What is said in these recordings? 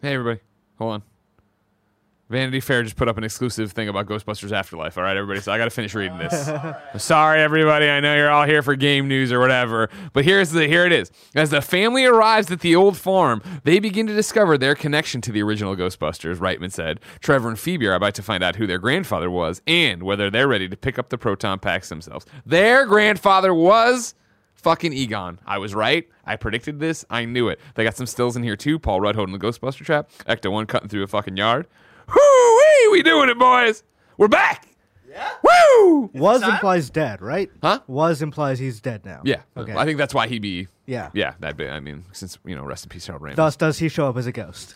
Hey, everybody. Hold on. Vanity Fair just put up an exclusive thing about Ghostbusters Afterlife. All right, everybody. So I got to finish reading this. I'm Sorry, everybody. I know you're all here for game news or whatever, but here's the here it is. As the family arrives at the old farm, they begin to discover their connection to the original Ghostbusters. Reitman said. Trevor and Phoebe are about to find out who their grandfather was and whether they're ready to pick up the proton packs themselves. Their grandfather was fucking Egon. I was right. I predicted this. I knew it. They got some stills in here too. Paul Rudd holding the Ghostbuster trap. Ecto one cutting through a fucking yard. Whoo wee! We doing it, boys. We're back. Yeah. Woo! Was implies dead, right? Huh? Was implies he's dead now. Yeah. Okay. I think that's why he'd be. Yeah. Yeah. That'd be. I mean, since you know, rest in peace, Harold Ramis. Thus, does he show up as a ghost?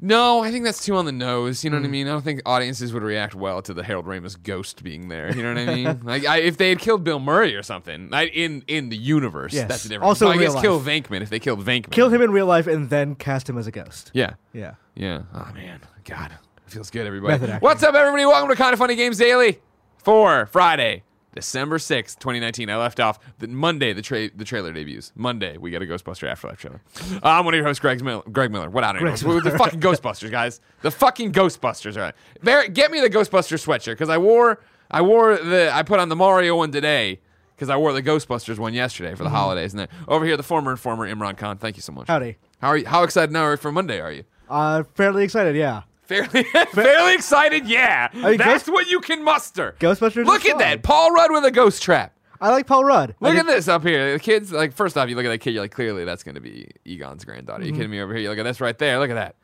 no, I think that's too on the nose. You know what Hmm. I mean? I don't think audiences would react well to the Harold Ramis ghost being there. You know what I mean? like, I, if they had killed Bill Murray or something, I, in in the universe, Yes. that's the difference. Also Well, I real guess life. kill Venkman if they killed Venkman. Kill him in real life and then cast him as a ghost. Yeah. Yeah. Yeah. Oh man. God. It feels good, everybody. Method acting. What's up, everybody? Welcome to Kind of Funny Games Daily for Friday, December sixth, twenty nineteen. I left off the Monday. The tra- the trailer debuts Monday. We got a Ghostbuster Afterlife trailer. Uh, I'm one of your hosts, Greg Miller. Greg Miller. What out of here? The fucking Ghostbusters, guys. The fucking Ghostbusters. All right. Barrett, get me the Ghostbuster sweatshirt because I wore I wore the I put on the Mario one today. Because I wore the Ghostbusters one yesterday for the holidays, and then over here the former informer Imran Khan. Thank you so much. Mm-hmm. Howdy. How are you? How excited now for Monday are you? Uh, fairly excited. Yeah. Fairly, fairly excited, yeah. mean, That's Ghost- what you can muster. Ghostbusters Look is at fun. that, Paul Rudd with a ghost trap. I like Paul Rudd. I Look did- at this up here. The kids, like, first off, you look at that kid, you're like, clearly that's going to be Egon's granddaughter. You kidding me over here? You look at this right there. Look at that.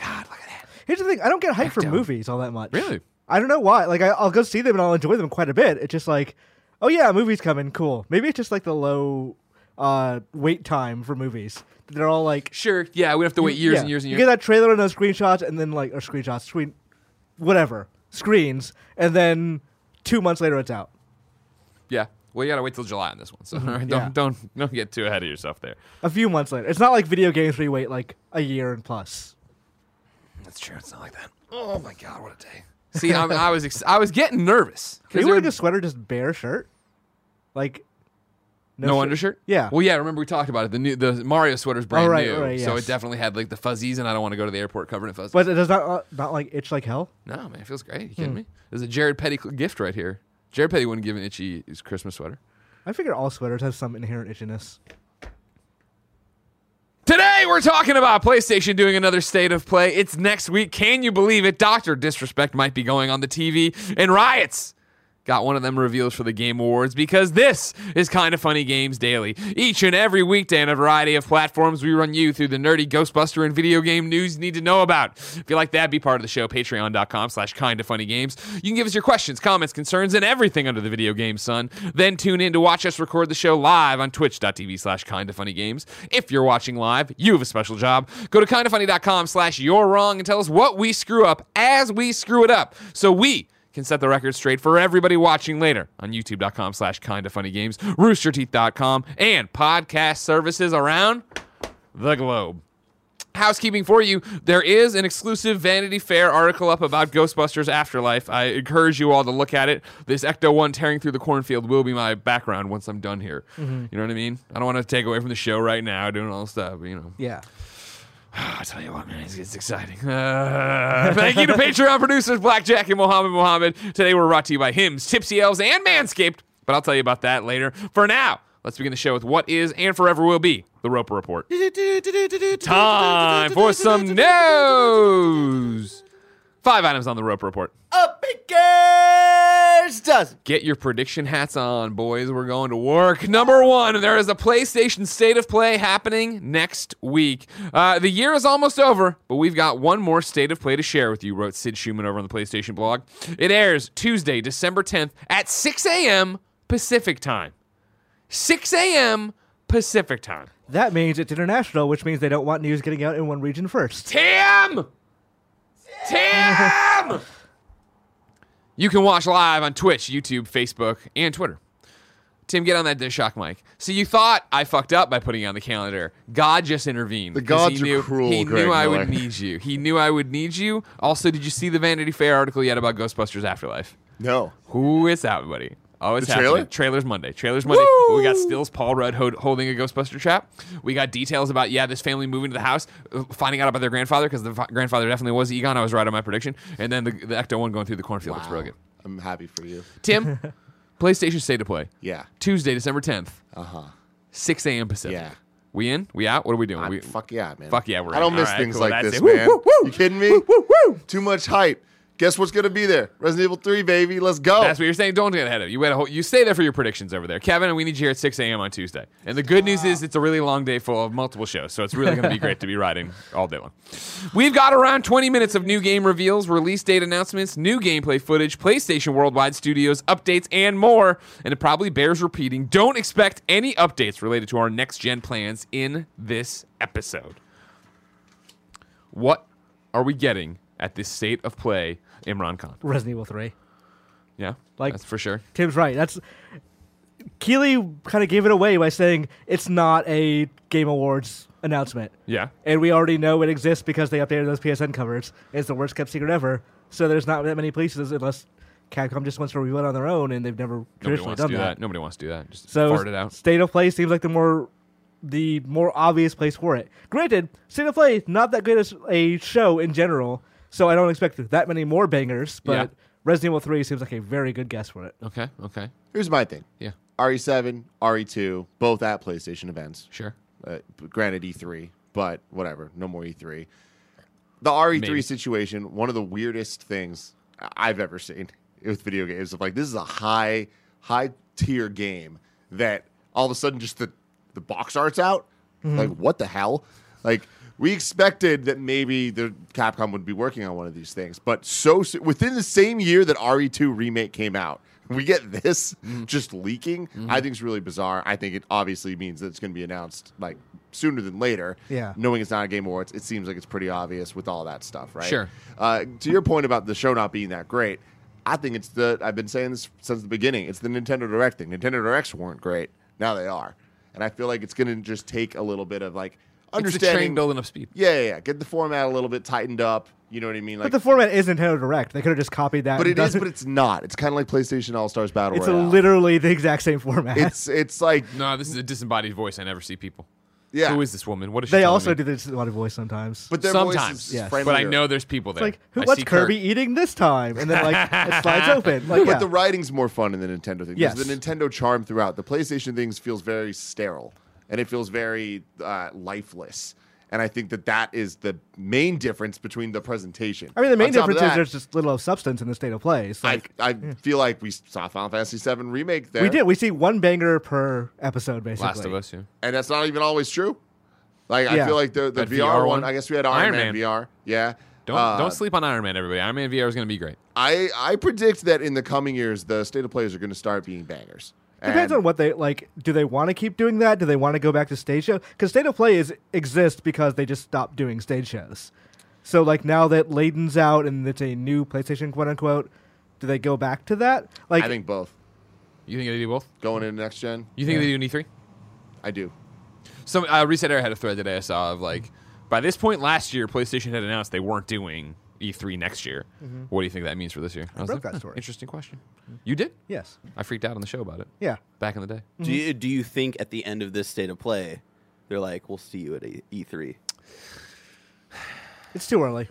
God, look at that. Here's the thing: I don't get hype for Ecto. movies all that much. Really? I don't know why. Like, I, I'll go see them and I'll enjoy them quite a bit. It's just like, oh yeah, a movie's coming, cool. Maybe it's just like the low uh, wait time for movies. They're all like Sure, yeah, we have to wait years yeah. and years and You years. get that trailer and those screenshots, and then like or screenshots, screen, whatever screens, and then two months later it's out. yeah. Well, you got to wait till July on this one. So all right, yeah. don't, don't, don't get too ahead of yourself there. A few months later, it's not like video games where you wait like a year and plus. That's true. It's not like that. Oh, my God, what a day. See, I'm, I was ex- I was getting nervous. 'Cause Are you there- wearing a sweater, just bare shirt, like No shirt? undershirt? Yeah. Well, yeah. Remember we talked about it. The new the Mario sweater's brand Oh, right, new, right, so it yes. definitely had like the fuzzies, and I don't want to go to the airport covered in fuzzies. But it does not uh, not like itch like hell. No, man, it feels great. you kidding Hmm. me? There's a Jared Petty cl- gift right here. Jared Petty wouldn't give an itchy his Christmas sweater. I figure all sweaters have some inherent itchiness. Today we're talking about PlayStation doing another state of play. It's next week. Can you believe it? Doctor Disrespect might be going on the TV, and riots. Got one of them reveals for the Game Awards because this is Kind of Funny Games Daily. Each and every weekday on a variety of platforms, we run you through the nerdy Ghostbuster and video game news you need to know about. If you like that, be part of the show, patreon.com slash kind of funny games. You can give us your questions, comments, concerns, and everything under the video game sun. Then tune in to watch us record the show live on twitch.tv slash kind of funny games. If you're watching live, you have a special job. Go to kindoffunny.com slash you're wrong and tell us what we screw up as we screw it up. So we can set the record straight for everybody watching later on youtube.com slash kinda funny games roosterteeth.com and podcast services around the globe housekeeping for you there is an exclusive vanity fair article up about ghostbusters afterlife i encourage you all to look at it this ecto-1 tearing through the cornfield will be my background once i'm done here you know what i mean i don't want to take away from the show right now doing all this stuff but, you know Yeah. Ah, I tell you what, man, it's, it's exciting. Uh, thank you to Patreon producers Blackjack and Mohammed Mohammed. Today we're brought to you by Hims, Tipsy Elves, and Manscaped, but I'll tell you about that later. For now, let's begin the show with what is and forever will be the Roper Report. Time for some news. Five items on the Roper Report. A baker's dozen. Get your prediction hats on, boys. We're going to work. Number one, there is a PlayStation State of Play happening next week. Uh, the year is almost over, but we've got one more State of Play to share with you, wrote Sid Schumann over on the PlayStation blog. It airs Tuesday, December 10th at 6 a.m. Pacific time. 6 a.m. Pacific time. That means it's international, which means they don't want news getting out in one region first. Tim! Tim! you can watch live on Twitch, YouTube, Facebook, and Twitter. Tim, get on that shock mic. So you thought I fucked up by putting you on the calendar. God just intervened. The 'cause gods he are knew, cruel, He Greg knew I Miller. would need you. He knew I would need you. Also, did you see the Vanity Fair article yet about Ghostbusters Afterlife? No. Who is out, buddy? Always The happening. trailer? Trailers Monday. Trailers Monday. We got stills Paul Rudd ho- holding a Ghostbuster trap. We got details about yeah, this family moving to the house, uh, finding out about their grandfather because the fa- grandfather definitely was Egon. I was right on my prediction. And then the, the Ecto one going through the cornfield looks real good. I'm happy for you. Tim, PlayStation Stay to Play. Yeah. Tuesday, December tenth, Uh huh. 6 a.m. Pacific. Yeah. We in? We out? What are we doing? we, fuck yeah, man. Fuck yeah, we're I don't in. miss All right, things cool, like that's this, it. Woo, man. woo, woo. You kidding me? Too much hype. Guess what's gonna be there? Resident Evil 3, baby. Let's go. That's what you're saying. Don't get ahead of it. you. Wait a whole, you stay there for your predictions over there, Kevin. And we need you here at 6 a.m. on Tuesday. And the good news is it's a really long day full of multiple shows, so it's really going to be great to be riding all day long. We've got around 20 minutes of new game reveals, release date announcements, new gameplay footage, PlayStation Worldwide Studios updates, and more. And it probably bears repeating: don't expect any updates related to our next gen plans in this episode. What are we getting at this state of play, Imran Khan? Resident Evil Three. Yeah, Like- that's for sure. Tim's right. That's Keeley kind of gave it away by saying it's not a Game Awards announcement, Yeah. and we already know it exists because they updated those PSN covers. It's the worst kept secret ever. So there's not that many places unless Capcom just wants to reveal it on their own, and they've never Nobody traditionally wants to done do that. that. Nobody wants to do that. Just So fart it out. state of play seems like the more the more obvious place for it. Granted, state of play not that great as a show in general, so I don't expect that many more bangers. But Yeah. Resident Evil Three seems like a very good guess for it. Okay. Okay. Here's my thing. E Yeah. RE7, RE2, both at PlayStation events. Sure. Uh, granted, E3, but whatever. No more E E3. The RE3 Maybe. situation, one of the weirdest things I- I've ever seen with video games. Of like, this is a high, high tier game that all of a sudden just the the box art's out. Like, what the hell? Like, we expected that maybe the Capcom would be working on one of these things, but so so- within the same year that RE2 remake came out, we get this just leaking. I think it's really bizarre. I think it obviously means that it's going to be announced like sooner than later. Yeah. knowing it's not a Game Awards, it seems like it's pretty obvious with all that stuff, right? Sure. Uh, to your point about the show not being that great, I think it's the I've been saying this since the beginning. It's the Nintendo Direct thing. Nintendo Directs weren't great. Now they are, and I feel like it's going to just take a little bit of like It's a train understanding. building up speed. yeah, yeah, yeah. Get the format a little bit tightened up. You know what I mean? Like, But the format is Nintendo Direct. They could have just copied that. but and it is, done- but it's not. It's kind of like PlayStation All Stars Battle it's a Royale. literally the exact same format. It's it's like No, this is a disembodied voice. I never see people. yeah. Who is this woman? What is she? they telling also me? do this a lot of voice sometimes. but their Sometimes, voice is yes. But friendlier. I know there's people there. like, who, I what's see Kirby Kirk. eating this time? And then like it slides open. Like, yeah. But the writing's more fun in the Nintendo thing. There's Yes. the Nintendo charm throughout. The PlayStation things feels very sterile and it feels very uh, lifeless. And I think that that is the main difference between the presentation. I mean, the main On top of difference is that, there's just little of substance in the state of play. It's I, like I feel like we saw Final Fantasy VII remake there. we did. We see one banger per episode, basically. Last of Us. Yeah. and that's not even always true. Like I Yeah. feel like the, the That VR, VR one, one. I guess we had Iron, Iron Man. Man, VR. Yeah. Don't Uh, don't sleep on Iron Man, everybody. Iron Man VR is going to be great. I I predict that in the coming years the state of players are going to start being bangers. Depends And- on what they like. Do they want to keep doing that? Do they want to go back to stage show? Because state of play is exists because they just stopped doing stage shows. So like now that Layden's out and it's a new PlayStation quote unquote, do they go back to that? Like I think both You think they do both? going into next gen. You think they do an E3? I do. Some uh, Reset Air had a thread today I saw of like, by this point last year, PlayStation had announced they weren't doing E3 next year. What do you think that means for this year? I was wrote like, Mm-hmm. that huh, story. Interesting question. You did? yes, I freaked out on the show about it. yeah. Back in the day. Do you do you think at the end of this state of play, they're like, "We'll see you at E three"? It's too early.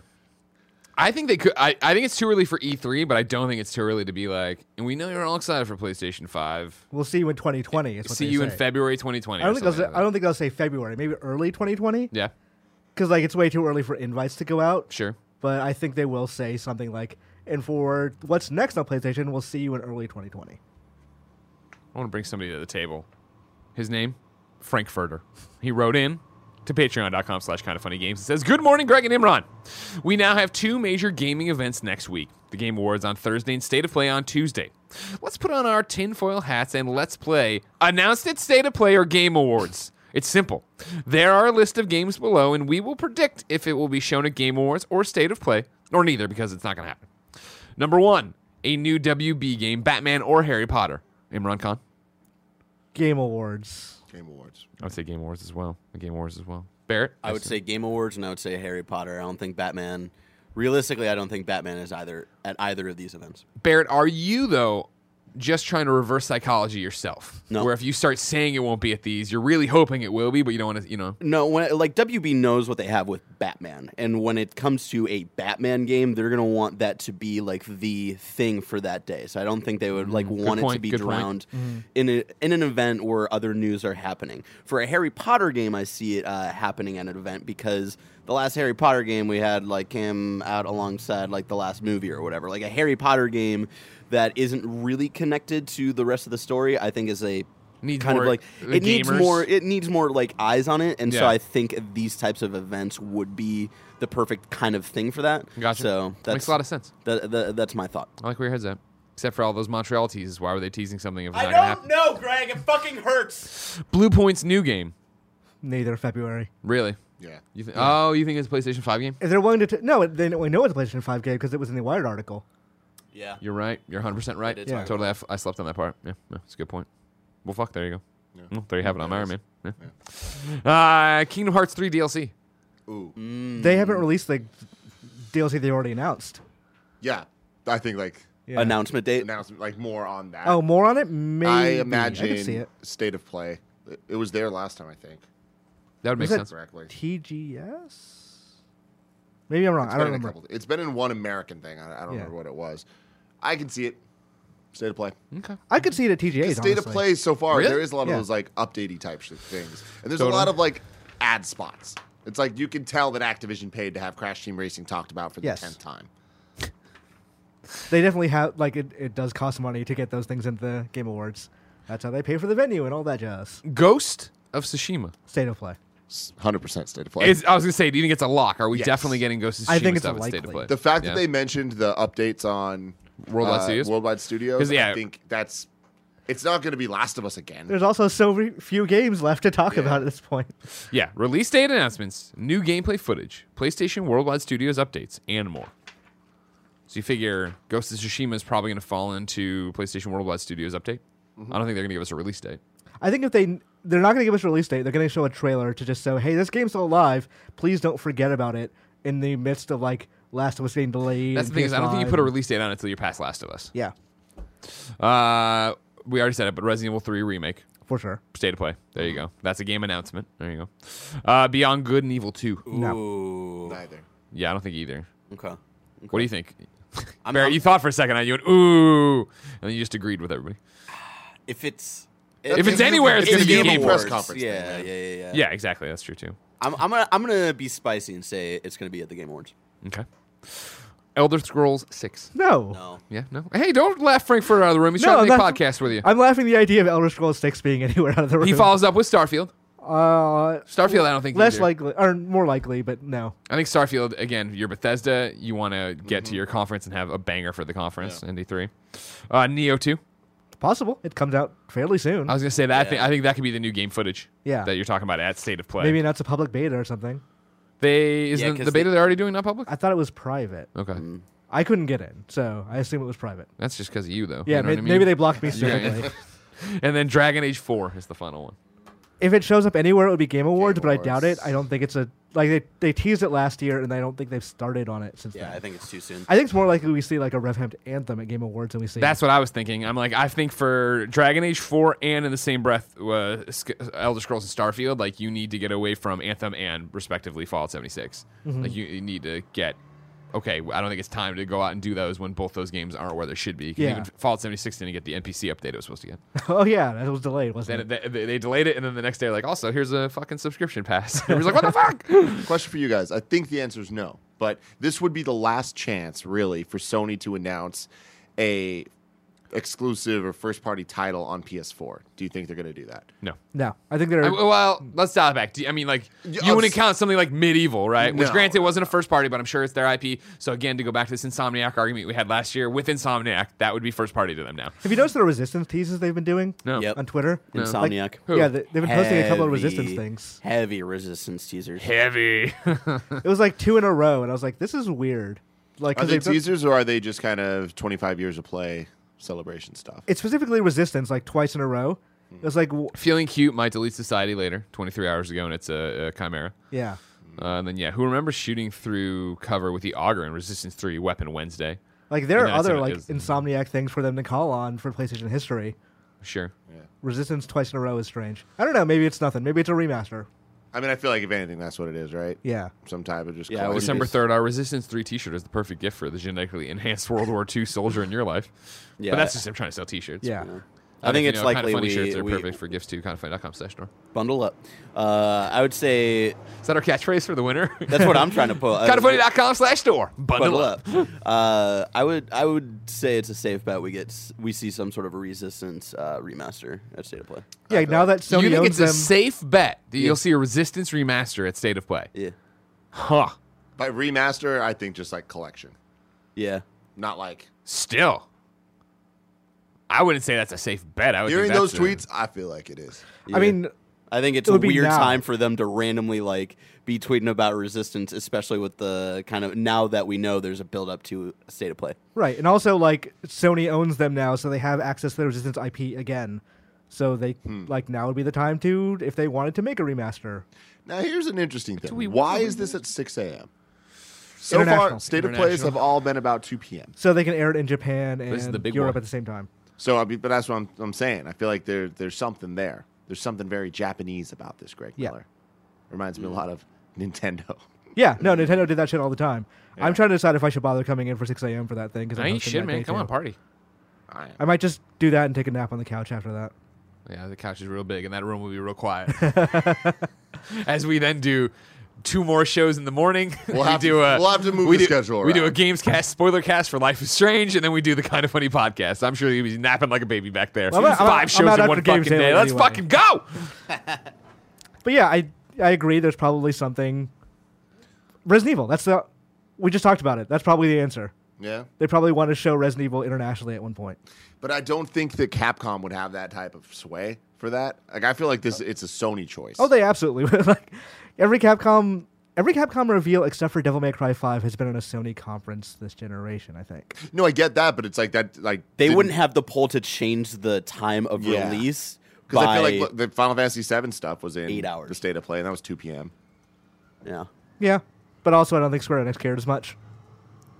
I think they could. I, I think it's too early for E3, but I don't think it's too early to be like. And we know you're all excited for PlayStation Five. We'll see you in 2020. Is what See they you in say. February 2020. I don't think or they'll something say, like I don't think they'll say February. Maybe early 2020 that. because like it's way too early for invites to go out. Yeah, sure. But I think they will say something like, "And for what's next on PlayStation, we'll see you in early 2020." I want to bring somebody to the table. His name, Frankfurter. He wrote in to patreon.com slash kind of funny games and says, Good morning, Greg and Imran. We now have two major gaming events next week the Game Awards on Thursday and State of Play on Tuesday. Let's put on our tinfoil hats and let's play Announced at State of Play or Game Awards. It's simple. There are a list of games below, and we will predict if it will be shown at Game Awards or State of Play, or neither, because it's not going to happen. Number one, a new WB game, Batman or Harry Potter. Imran Khan. Game Awards. Game Awards. I would say Game Awards as well. The Game Awards as well. Barrett, I would say Game Awards, and I would say Harry Potter. I don't think Batman. Realistically, I don't think Batman is either at either of these events. Barrett, are you though just trying to reverse psychology yourself. No. Where if you start saying it won't be at these, you're really hoping it will be, but you don't want to, you know. No, when like WB knows what they have with Batman, and when it comes to a Batman game, they're gonna want that to be like the thing for that day. So I don't think they would like want it to point, be Mm-hmm. good point. Mm-hmm. drowned in a, in an event where other news are happening. For a Harry Potter game, I see it uh, happening at an event because the last Harry Potter game we had like him out alongside like the last movie or whatever. Like a Harry Potter game that isn't really connected to the rest of the story, I think is a Needs kind more, of like uh, it needs gamers. more it needs more like eyes on it, and so Yeah. I think these types of events would be the perfect kind of thing for that. Gotcha. So that's Makes a lot of sense. that- that- that's my thought. I like where your head's at. Except for all those Montreal teases. Why were they teasing something if it's not going to happen? know, Greg. It fucking hurts. Blue Point's new game. Neither February. Really? Yeah. You th- Oh, you think it's a PlayStation 5 game? If they're willing to, t- no, they we know it's a PlayStation Five game because it was in the Wired article. Yeah. You're right. You're 100% right. It is Yeah. hard. Totally. I, f- I slept on that part. Yeah, yeah, it's a good point. Well, fuck. There you go. Mm, there you have it. I'm Iron Man. Yeah. Uh, Kingdom Hearts 3 DLC. Ooh. They haven't released the DLC they already announced. Yeah. I think like Yeah. Announcement date. announcement, like more on that. Oh, more on it? Maybe. I imagine I can see it. state of play. It- It was there last time, I think. That would make Was sense. Correctly. TGS? Maybe I'm wrong. I don't Been in a remember. couple- it's been in one American thing. I, I don't Yeah. remember what it was. I can see it. State of play. Okay. I could see it at TGA. The state of play so far, Really? there is a lot Yeah. of those like updatey type sh- things, and there's a Totally. lot of like ad spots. It's like you can tell that Activision paid to have Crash Team Racing talked about for the Yes. tenth time. They definitely have, like, it, it does cost money to get those things into the Game Awards. That's how they pay for the venue and all that jazz. Ghost of Tsushima. State of play. Hundred percent state of play. Is, I was going to say, do you think it's a lock? Are we Yes. definitely getting Ghost of Tsushima I think it's stuff at State of likely. Play? the fact Yeah. that they mentioned the updates on uh, Worldwide Studios? Worldwide Studios, 'Cause, yeah. I think that's. It's not going to be Last of Us again. There's also so re- few games left to talk Yeah. about at this point. Yeah, release date announcements, new gameplay footage, PlayStation Worldwide Studios updates, and more. So you figure Ghost of Tsushima is probably going to fall into PlayStation Worldwide Studios update. Mm-hmm. I don't think they're going to give us a release date. I think if they. They're not going to give us a release date. They're going to show a trailer to just say, hey, this game's still alive. Please don't forget about it in the midst of, like, Last of Us getting delayed. That's the and thing is, I don't think you PS5. put a release date on it until you're past Last of Us. Yeah, Uh, we already said it, but Resident Evil 3 remake, for sure. state of play. There you go. That's a game announcement. There you go. Uh, Beyond Good and Evil 2. No. Ooh. Neither. Yeah, I don't think either. Okay. Okay. What do you think? I'm- Barry, I'm- you thought for a second, and you went ooh, and then you just agreed with everybody. If it's If it's a- anywhere, it's it's gonna a be Game Game Awards Awards. conference thing, Yeah, man. yeah, yeah, yeah. Yeah, exactly. That's true too. I'm, I'm gonna I'm gonna be spicy and say it's gonna be at the Game Awards. Okay. Elder Scrolls Six. No. No. Yeah, no. Hey, don't laugh Frankfurt out of the room. He's No, trying to make that's- podcasts with you. I'm laughing at the idea of Elder Scrolls 6 being anywhere out of the room. he follows up with Starfield. Uh, Starfield, I don't think less either. likely, or more likely, but no. I think Starfield again. You're Bethesda. You want to get Mm-hmm. to your conference and have a banger for the conference. Yeah. Nd three, uh, Neo two. Possible. It comes out fairly soon. I was gonna say that. I, Yeah. think, I think that could be the new game footage. Yeah. That you're talking about at State of Play. Maybe that's a public beta or something. they is Yeah, the, 'cause the beta they- Mm. they, are already doing not public. I thought it was private. Okay, I couldn't get in, so I assume it was private. that's just because of you though. Yeah, You know may- what I mean? maybe they blocked me Yeah, yeah. specifically. And then Dragon Age four is the final one. if it shows up anywhere, it would be Game Awards, but I doubt it. Awards. I don't think it's a like they they teased it last year, and I don't think they've started on it since Yeah, then. I think it's too soon. I think it's more likely we see like a Rev Hemp anthem at Game Awards than we see. That's what I was thinking. I'm like, I think for Dragon Age 4 and in the same breath, uh, Sk- Elder Scrolls and Starfield, like you need to get away from Anthem and respectively Fallout 76. Like you, you need to get. Okay, I don't think it's time to go out and do those when both those games aren't where they should be. 'Cause Yeah. Even Fallout 76 didn't get the NPC update it was supposed to get. oh yeah, that was delayed, wasn't Then it? they, they, they delayed it, and then the next day, like, also here's a fucking subscription pass. Everybody's like, what the fuck? Question for you guys. I think the answer is no, but this would be the last chance, really, for Sony to announce a exclusive or first party title on PS4. Do you think they're going to do that? No. No, I think they're. I- well, let's dial it back. Do you, I mean, like, you I'll wouldn't s- count something like Medieval, right? Which, No. granted, wasn't a first party, but I'm sure it's their IP. So, again, to go back to this Insomniac argument we had last year with Insomniac, that would be first party to them now. have you noticed the resistance teases they've been doing? No. Yep. on Twitter. Like, Insomniac. Who? Yeah, they, they've been posting a couple of resistance Heavy- things. Heavy resistance teasers. Heavy. It was like two in a row, and I was like, "This is weird." Like, Are 'cause they they've done- teasers or are they just kind of 25 years of play celebration stuff? it's specifically resistance, like twice in a row. It was like, w- Feeling cute might delete society later, 23 hours ago, and it's a, a chimera. yeah, Uh, and then, yeah, who remembers shooting through cover with the Augur in Resistance 3 Weapon Wednesday? Like there are Yeah, it's other an- like it's- Insomniac things for them to call on for PlayStation history. Sure. Resistance twice in a row is strange. I don't know. Maybe it's nothing. Maybe it's a remaster. I mean, I feel like if anything, that's what it is, right? Yeah. Some type of just Yeah, I would collection. December just- third, our Resistance Three T-shirt is the perfect gift for the genetically enhanced World War II soldier in your life. Yeah, Yeah. but that's just him trying to sell T-shirts. Yeah. I think you it's know, likely kind of funny we- shirts are we- perfect for gifts to kindoffunny.com slash store. Bundle up. Uh, I would say Is that our catchphrase for the winter? that's what I'm trying to pull. kindoffunny.com slash store. Bundle, Uh, Bundle up. up. Uh, I would I would say it's a safe bet we get s- we see some sort of a resistance uh, remaster at State of Play. Yeah. Now that Sony you think it's owns them, a safe bet that you'll see a Resistance remaster at State of Play? Yeah, Huh. By remaster, I think just like collection, yeah. not like. Still, I wouldn't say that's a safe bet. I would Hearing think those that's a- tweets, I feel like it is. yeah. I mean, I think it's It a would be weird now. time for them to randomly like be tweeting about resistance, especially with the kind of now that we know there's a build up to a state of play. right. And also like Sony owns them now, so they have access to the Resistance IP again. So they like now would be the time to if they wanted to make a remaster. Now, here's an interesting thing. we- Why is this at 6 a.m.? So far, International. state of plays have all been about 2 p.m. So they can air it in Japan and is the big Europe one. at the same time. So, I mean, but that's what I'm, I'm saying. I feel like there, there's something there. There's something very Japanese about this, Greg Yeah. Miller. Reminds Mm. me a lot of Nintendo. Yeah, no, Nintendo did that shit all the time. I'm trying to decide if I should bother coming in for 6 a.m. for that thing because I ain't shit, man. Come on, party. I am. I might just do that and take a nap on the couch after that. Yeah, the couch is real big, and that room will be real quiet. As we then do two more shows in the morning. We'll have to- do a, we'll have to move we the do- schedule We do a around. games cast, spoiler cast for Life is Strange, and then we do the kind of funny podcast. I'm sure you'll be napping like a baby back there. Well, I'm out- 5 I'm out- I'm shows out in one after fucking Games day. Daily Let's anyway. fucking go. But yeah, I I agree. There's probably something. Resident Evil. That's the. We just talked about it. That's probably the answer. Yeah. They probably want to show Resident Evil internationally at one point. But I don't think that Capcom would have that type of sway for that. Like, I feel like this Uh, it's a Sony choice. Oh, they absolutely would. like every Capcom. Every Capcom reveal except for Devil May Cry 5 has been at a Sony conference this generation, I think. no, I get that, but it's like that. Like They didn't- wouldn't have the pull to change the time of Yeah. release Because by I feel like look, the Final Fantasy VII stuff was in Eight hours. The state of play, and that was 2 p.m. yeah. Yeah, but also I don't think Square Enix cared as much.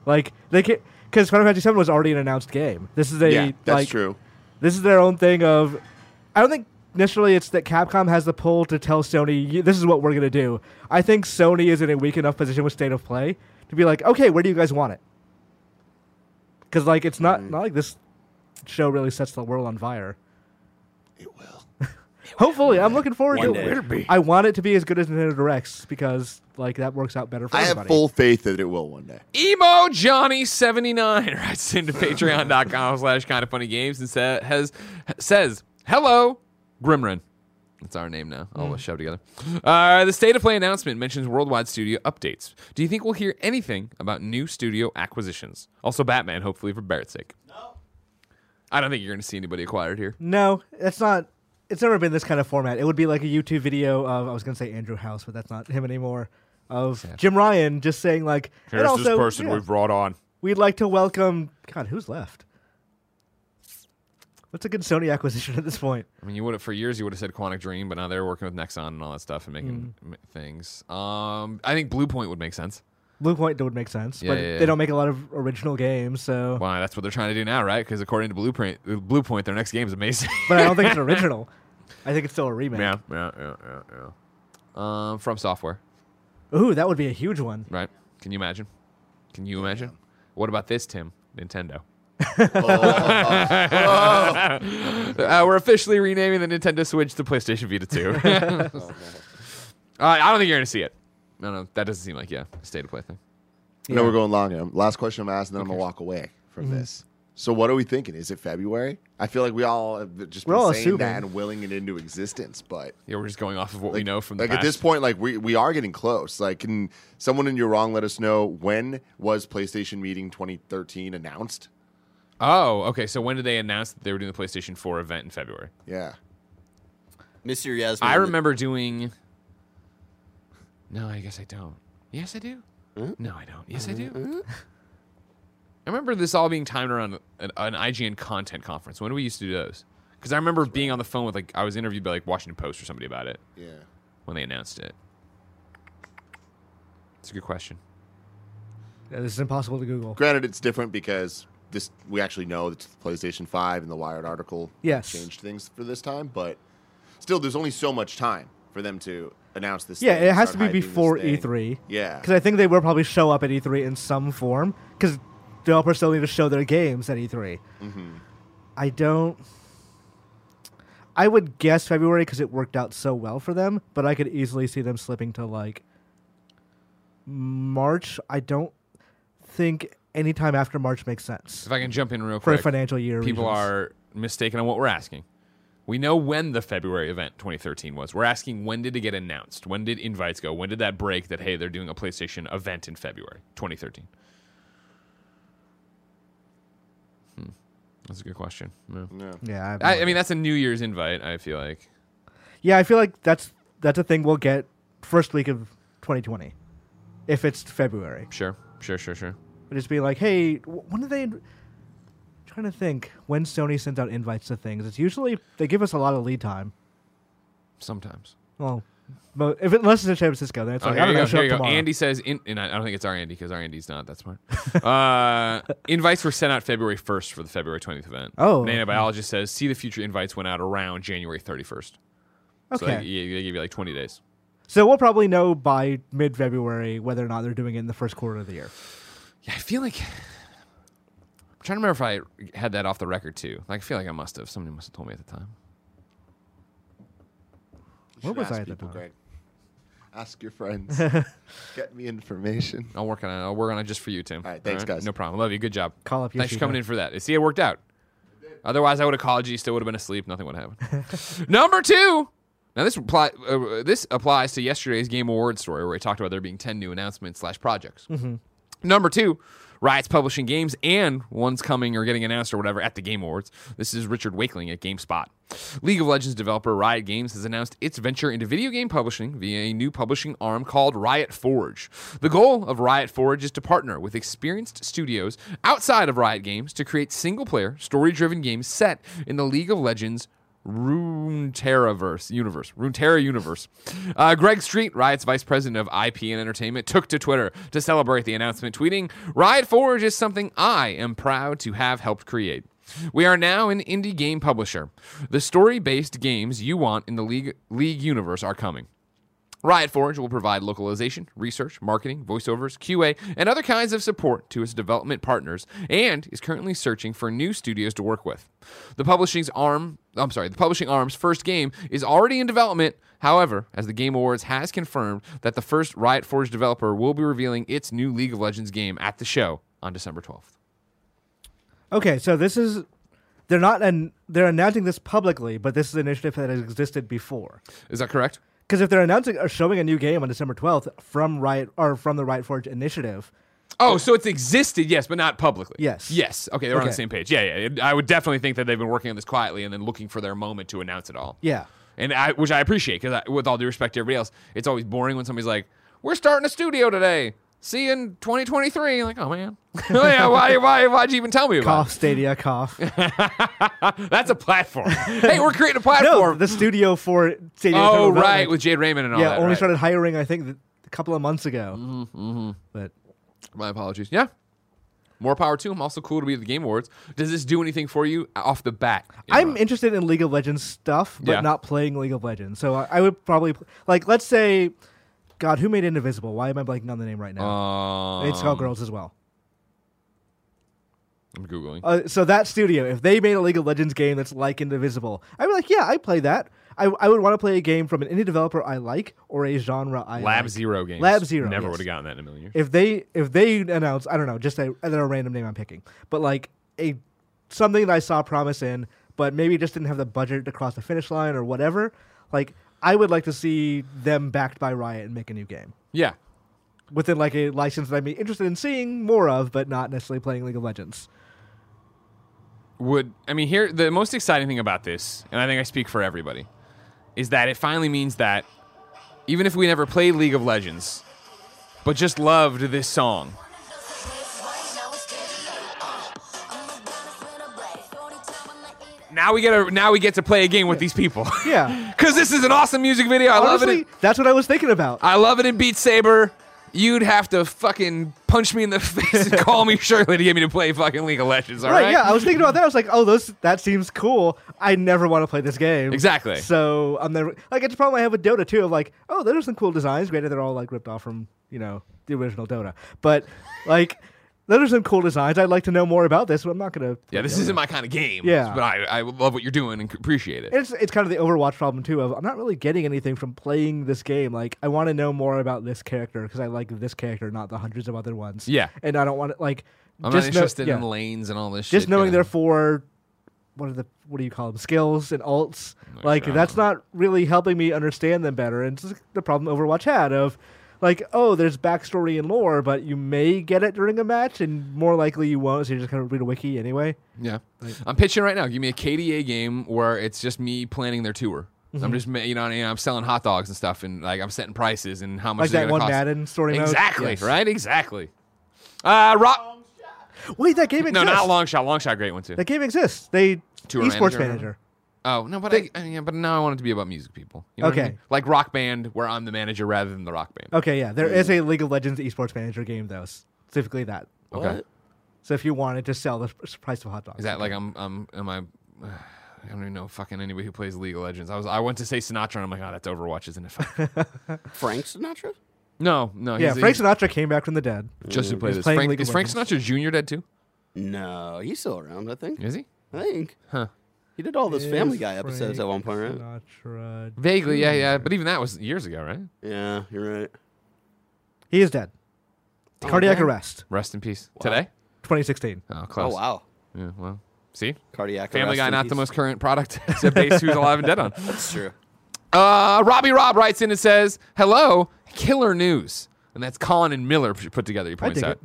Like they can because Final Fantasy VII was already an announced game. This is a yeah, that's like, true. This is their own thing of. I don't think necessarily it's that Capcom has the pull to tell Sony "You- this is what we're gonna do. I think Sony is in a weak enough position with State of Play to be like, okay, where do you guys want it? Because like it's not not like this show really sets the world on fire. It will. Hopefully, I'm looking forward One to day. It will it. I want it to be as good as Nintendo Directs because like that works out better for I everybody. have full faith that it will one day. Emo Johnny 79 writes into patreon.com slash kind of funny games and sa- has says, Hello, Grimrin. That's our name now. All of us shoved together. Uh, the state of play announcement mentions worldwide studio updates. Do you think we'll hear anything about new studio acquisitions? Also, Batman, hopefully for Barrett's sake. No. I don't think you're going to see anybody acquired here. No, that's not. It's never been this kind of format. It would be like a YouTube video of I was going to say Andrew House, but that's not him anymore. Of Jim Ryan just saying like, and also, yeah, brought on. we'd like to welcome. God, who's left? What's a good Sony acquisition at this point? I mean, you would have for years. You would have said Quantic Dream, but now they're working with Nexon and all that stuff and making Mm. m things. Um, I think Blue Point would make sense. Blue Point would make sense, Yeah, but yeah, yeah. they don't make a lot of original games, so. Why? That's what they're trying to do now, right? Because according to Blueprint, uh, Blue Point, their next game is amazing. But I don't think it's original. I think it's still a remake. yeah, yeah, yeah, yeah, yeah. Um, from software, Ooh, that would be a huge one. right? Can you imagine? Can you imagine? What about this, Tim? Nintendo. Oh. Uh, we're officially renaming the Nintendo Switch to PlayStation Vita Oh, 2. uh, I don't think you're going to see it. No, no, that doesn't seem like, yeah, a state of play thing. I know we're going long. Em. Last question I'm asking, then I'm gonna walk away from Mm-hmm. this. So, what are we thinking? Is it February? I feel like we all have just We're been all saying that assuming. and willing it into existence, but Yeah, we're just going off of what like, we know from the like past. at this point, like we we are getting close. Like, can someone in your wrong let us know when was PlayStation Meeting 2013 announced? Oh, okay. So when did they announce that they were doing the PlayStation 4 event in February? Yeah, Mr. Yasmin. I remember doing. No, I guess I don't. Yes, I do. No, I don't. Yes, I do. I remember this all being timed around an, an IGN content conference. When do we used to do those? Because I remember being on the phone with like I was interviewed by like Washington Post or somebody about it yeah. when they announced it. It's a good question. Yeah, This is impossible to Google. Granted, it's different because this we actually know it's the PlayStation Five and the Wired article Yes. changed things for this time, but still, there's only so much time for them to announce this. Yeah, thing and it has to start be hyping this before E thing. E3. Yeah, Because I think they will probably show up at E3 in some form. Because developers still need to show their games at E3. Mm-hmm. I don't. I would guess February because it worked out so well for them, but I could easily see them slipping to like March. I don't think any time after March makes sense If I can jump in real for quick, a financial year. people reasons. are mistaken on what we're asking. We know when the February event 2013 was. We're asking when did it get announced? When did invites go? When did that break that hey, they're doing a PlayStation event in February 2013? Hmm. Hmm. That's a good question. No. Yeah, I, have no I, I idea. mean, that's a New Year's invite. I feel like yeah. I feel like that's that's a thing we'll get first week of 2020, if it's February. sure, sure, sure, sure. But just be like, hey, wh- when do they? I'm trying to think when Sony sends out invites to things. It's usually they give us a lot of lead time. Sometimes. Well, but if it, unless it's in San Francisco, then it's Oh, like here I you don't know. go, Show here up you go. tomorrow. Andy says, in, and I I don't think it's our Andy because our Andy's not that smart. uh, invites were sent out February 1st for the February 20th event. Oh. Nanobiologist says, see the future invites went out around January 31st. So Okay. they, they give you like 20 days. So we'll probably know by mid-February whether or not they're doing it in the first quarter of the year. Yeah, I feel like. I'm trying to remember if I had that off the record too. Like, I feel like I must have. Somebody must have told me at the time. Where Should was ask I at the people, time? Greg. Ask your friends. Get me information. I'll work on it. I'll work on it just for you, Tim. All right, thanks, guys. No problem. Love you. Good job. Call up Thanks for Yoshida. coming in for that. See, it worked out. Otherwise, I would have called you. Still would have been asleep. Nothing would have happened. Number two. Now this reply, uh, this applies to yesterday's Game Awards story where we talked about there being ten new announcements slash projects. Number two, Riot's publishing games and one's coming or getting announced or whatever at the Game Awards. This is Richard Wakeling at GameSpot. League of Legends developer Riot Games has announced its venture into video game publishing via a new publishing arm called Riot Forge. The goal of Riot Forge is to partner with experienced studios outside of Riot Games to create single player, story driven games set in the League of Legends Runeterraverse universe, Runeterra universe. Uh, Greg Street, Riot's vice president of IP and entertainment, took to Twitter to celebrate the announcement, tweeting, "Riot Forge is something I am proud to have helped create." We are now an indie game publisher. The story based games you want in the League, League universe are coming. Riot Forge will provide localization, research, marketing, voiceovers, QA, and other kinds of support to its development partners and is currently searching for new studios to work with. The publishing's arm, I'm sorry, the publishing arm's first game is already in development. However, as the Game Awards has confirmed that the first Riot Forge developer will be revealing its new League of Legends game at the show on December 12th. Okay, so this is they're not an they're announcing this publicly, but this is an initiative that has existed before. Is that correct? Because if they're announcing or showing a new game on December 12th from Riot or from the Riot Forge initiative, Oh, so it's existed, yes, but not publicly. Yes. Yes. Okay, they're on the Okay. same page. Yeah, yeah. It- I would definitely think that they've been working on this quietly and then looking for their moment to announce it all. yeah, And I, which I appreciate because, with all due respect to everybody else, it's always boring when somebody's like, "We're starting a studio today. See you in 2023." Like, oh man, oh, yeah, why, why, why'd you even tell me about? cough, Stadia, cough. it? That's a platform. hey, we're creating a no, platform. the studio for Stadia. oh Development. right, with Jade Raymond and all yeah, that. only right. started hiring I think th- a couple of months ago. Mm-hmm, But My apologies. Yeah. More power to him. Also cool to be at the Game Awards. Does this do anything for you off the bat? I'm interested in League of Legends stuff, but Yeah. not playing League of Legends. So I, I would probably pl- like let's say, God, who made Indivisible? Why am I blanking on the name right now? Um, it's Skullgirls as well. I'm googling. Uh, so that studio, if they made a League of Legends game that's like Indivisible, I'd be like, yeah, I play that. I, I would want to play a game from an indie developer I like or a genre I Lab like. Zero games. Lab Zero, Never yes. would have gotten that in a million years. if they if they announce I don't know just a another random name I'm picking, but like a something that I saw promise in, but maybe just didn't have the budget to cross the finish line or whatever. Like I would like to see them backed by Riot and make a new game yeah. within like a license that I'd be interested in seeing more of, but not necessarily playing League of Legends. Would I mean here the most exciting thing about this, and I think I speak for everybody, is that it finally means that even if we never played League of Legends, but just loved this song, now we get a now we get to play a game with these people. Yeah. Cause this is an awesome music video. I love Honestly, it. that's what I was thinking about. I love it in Beat Saber. you'd have to fucking punch me in the face and call me Shirley to get me to play fucking League of Legends. All right? Right, yeah, I was thinking about that. I was like, oh, those that seems cool. I never want to play this game. Exactly. So I'm never like it's a problem I have with Dota too. Of like, oh, those are some cool designs. Granted, they're all like ripped off from you know the original Dota, but like those are some cool designs. I'd like to know more about this, but I'm not gonna. Yeah, this isn't my kind of game. Yeah. But I, I love what you're doing and appreciate it. It's it's kind of the Overwatch problem too. Of I'm not really getting anything from playing this game. Like I want to know more about this character because I like this character, not the hundreds of other ones. Yeah. and I don't want to like. I'm just not know- interested yeah. in lanes and all this shit. just knowing yeah. their four what are the what do you call them skills and alts like sure. that's not really helping me understand them better and it's just the problem overwatch had of like oh there's backstory and lore but you may get it during a match and more likely you won't so you're just gonna read a wiki anyway Yeah. I'm pitching right now. Give me a KDA game where it's just me planning their tour. Mm-hmm. I'm just, ma- you know, what I mean? I'm selling hot dogs and stuff, and like I'm setting prices and how much like they're that gonna one cost. madden story mode. Exactly. Yes. Right. Exactly. Uh, Rob. wait that game No, exists not long shot. Long shot, great one too. that game exists they Tour esports manager. Oh no, but I, I- yeah, but now I want it to be about music people. You know what I Okay. mean? Like rock band, where I'm the manager rather than the rock band. okay yeah there is a league of legends esports manager game though specifically that Okay. What? so if you wanted to sell the s- price of hot dogs Is that like I'm I'm am I? I don't even know fucking anybody who plays League of Legends. I was I went to say Sinatra, and I'm like, oh, that's Overwatch, isn't it? Fuck. Frank Sinatra? no, no. yeah he's, frank he's sinatra came back from the dead just who plays he's this. playing Frank, League of is Frank Sinatra Jr. dead too? No, he's still around. I think. Is he? I think. Huh. He did all those Is Family Guy episodes at one Frank point, right? Sinatra- Vaguely, yeah, yeah. But even that was years ago, right? Yeah, you're right. Oh, He is dead. Cardiac man. arrest, Rest in peace. Today? 2016. Oh, close. Oh wow. Yeah, well, see, Cardiac. Family arrest Guy, in not the peace. most current product except base who's alive and dead on. That's true. Uh, Robbie Rob writes in and says, "Hello, killer news." And that's Colin and Miller put together. He points dig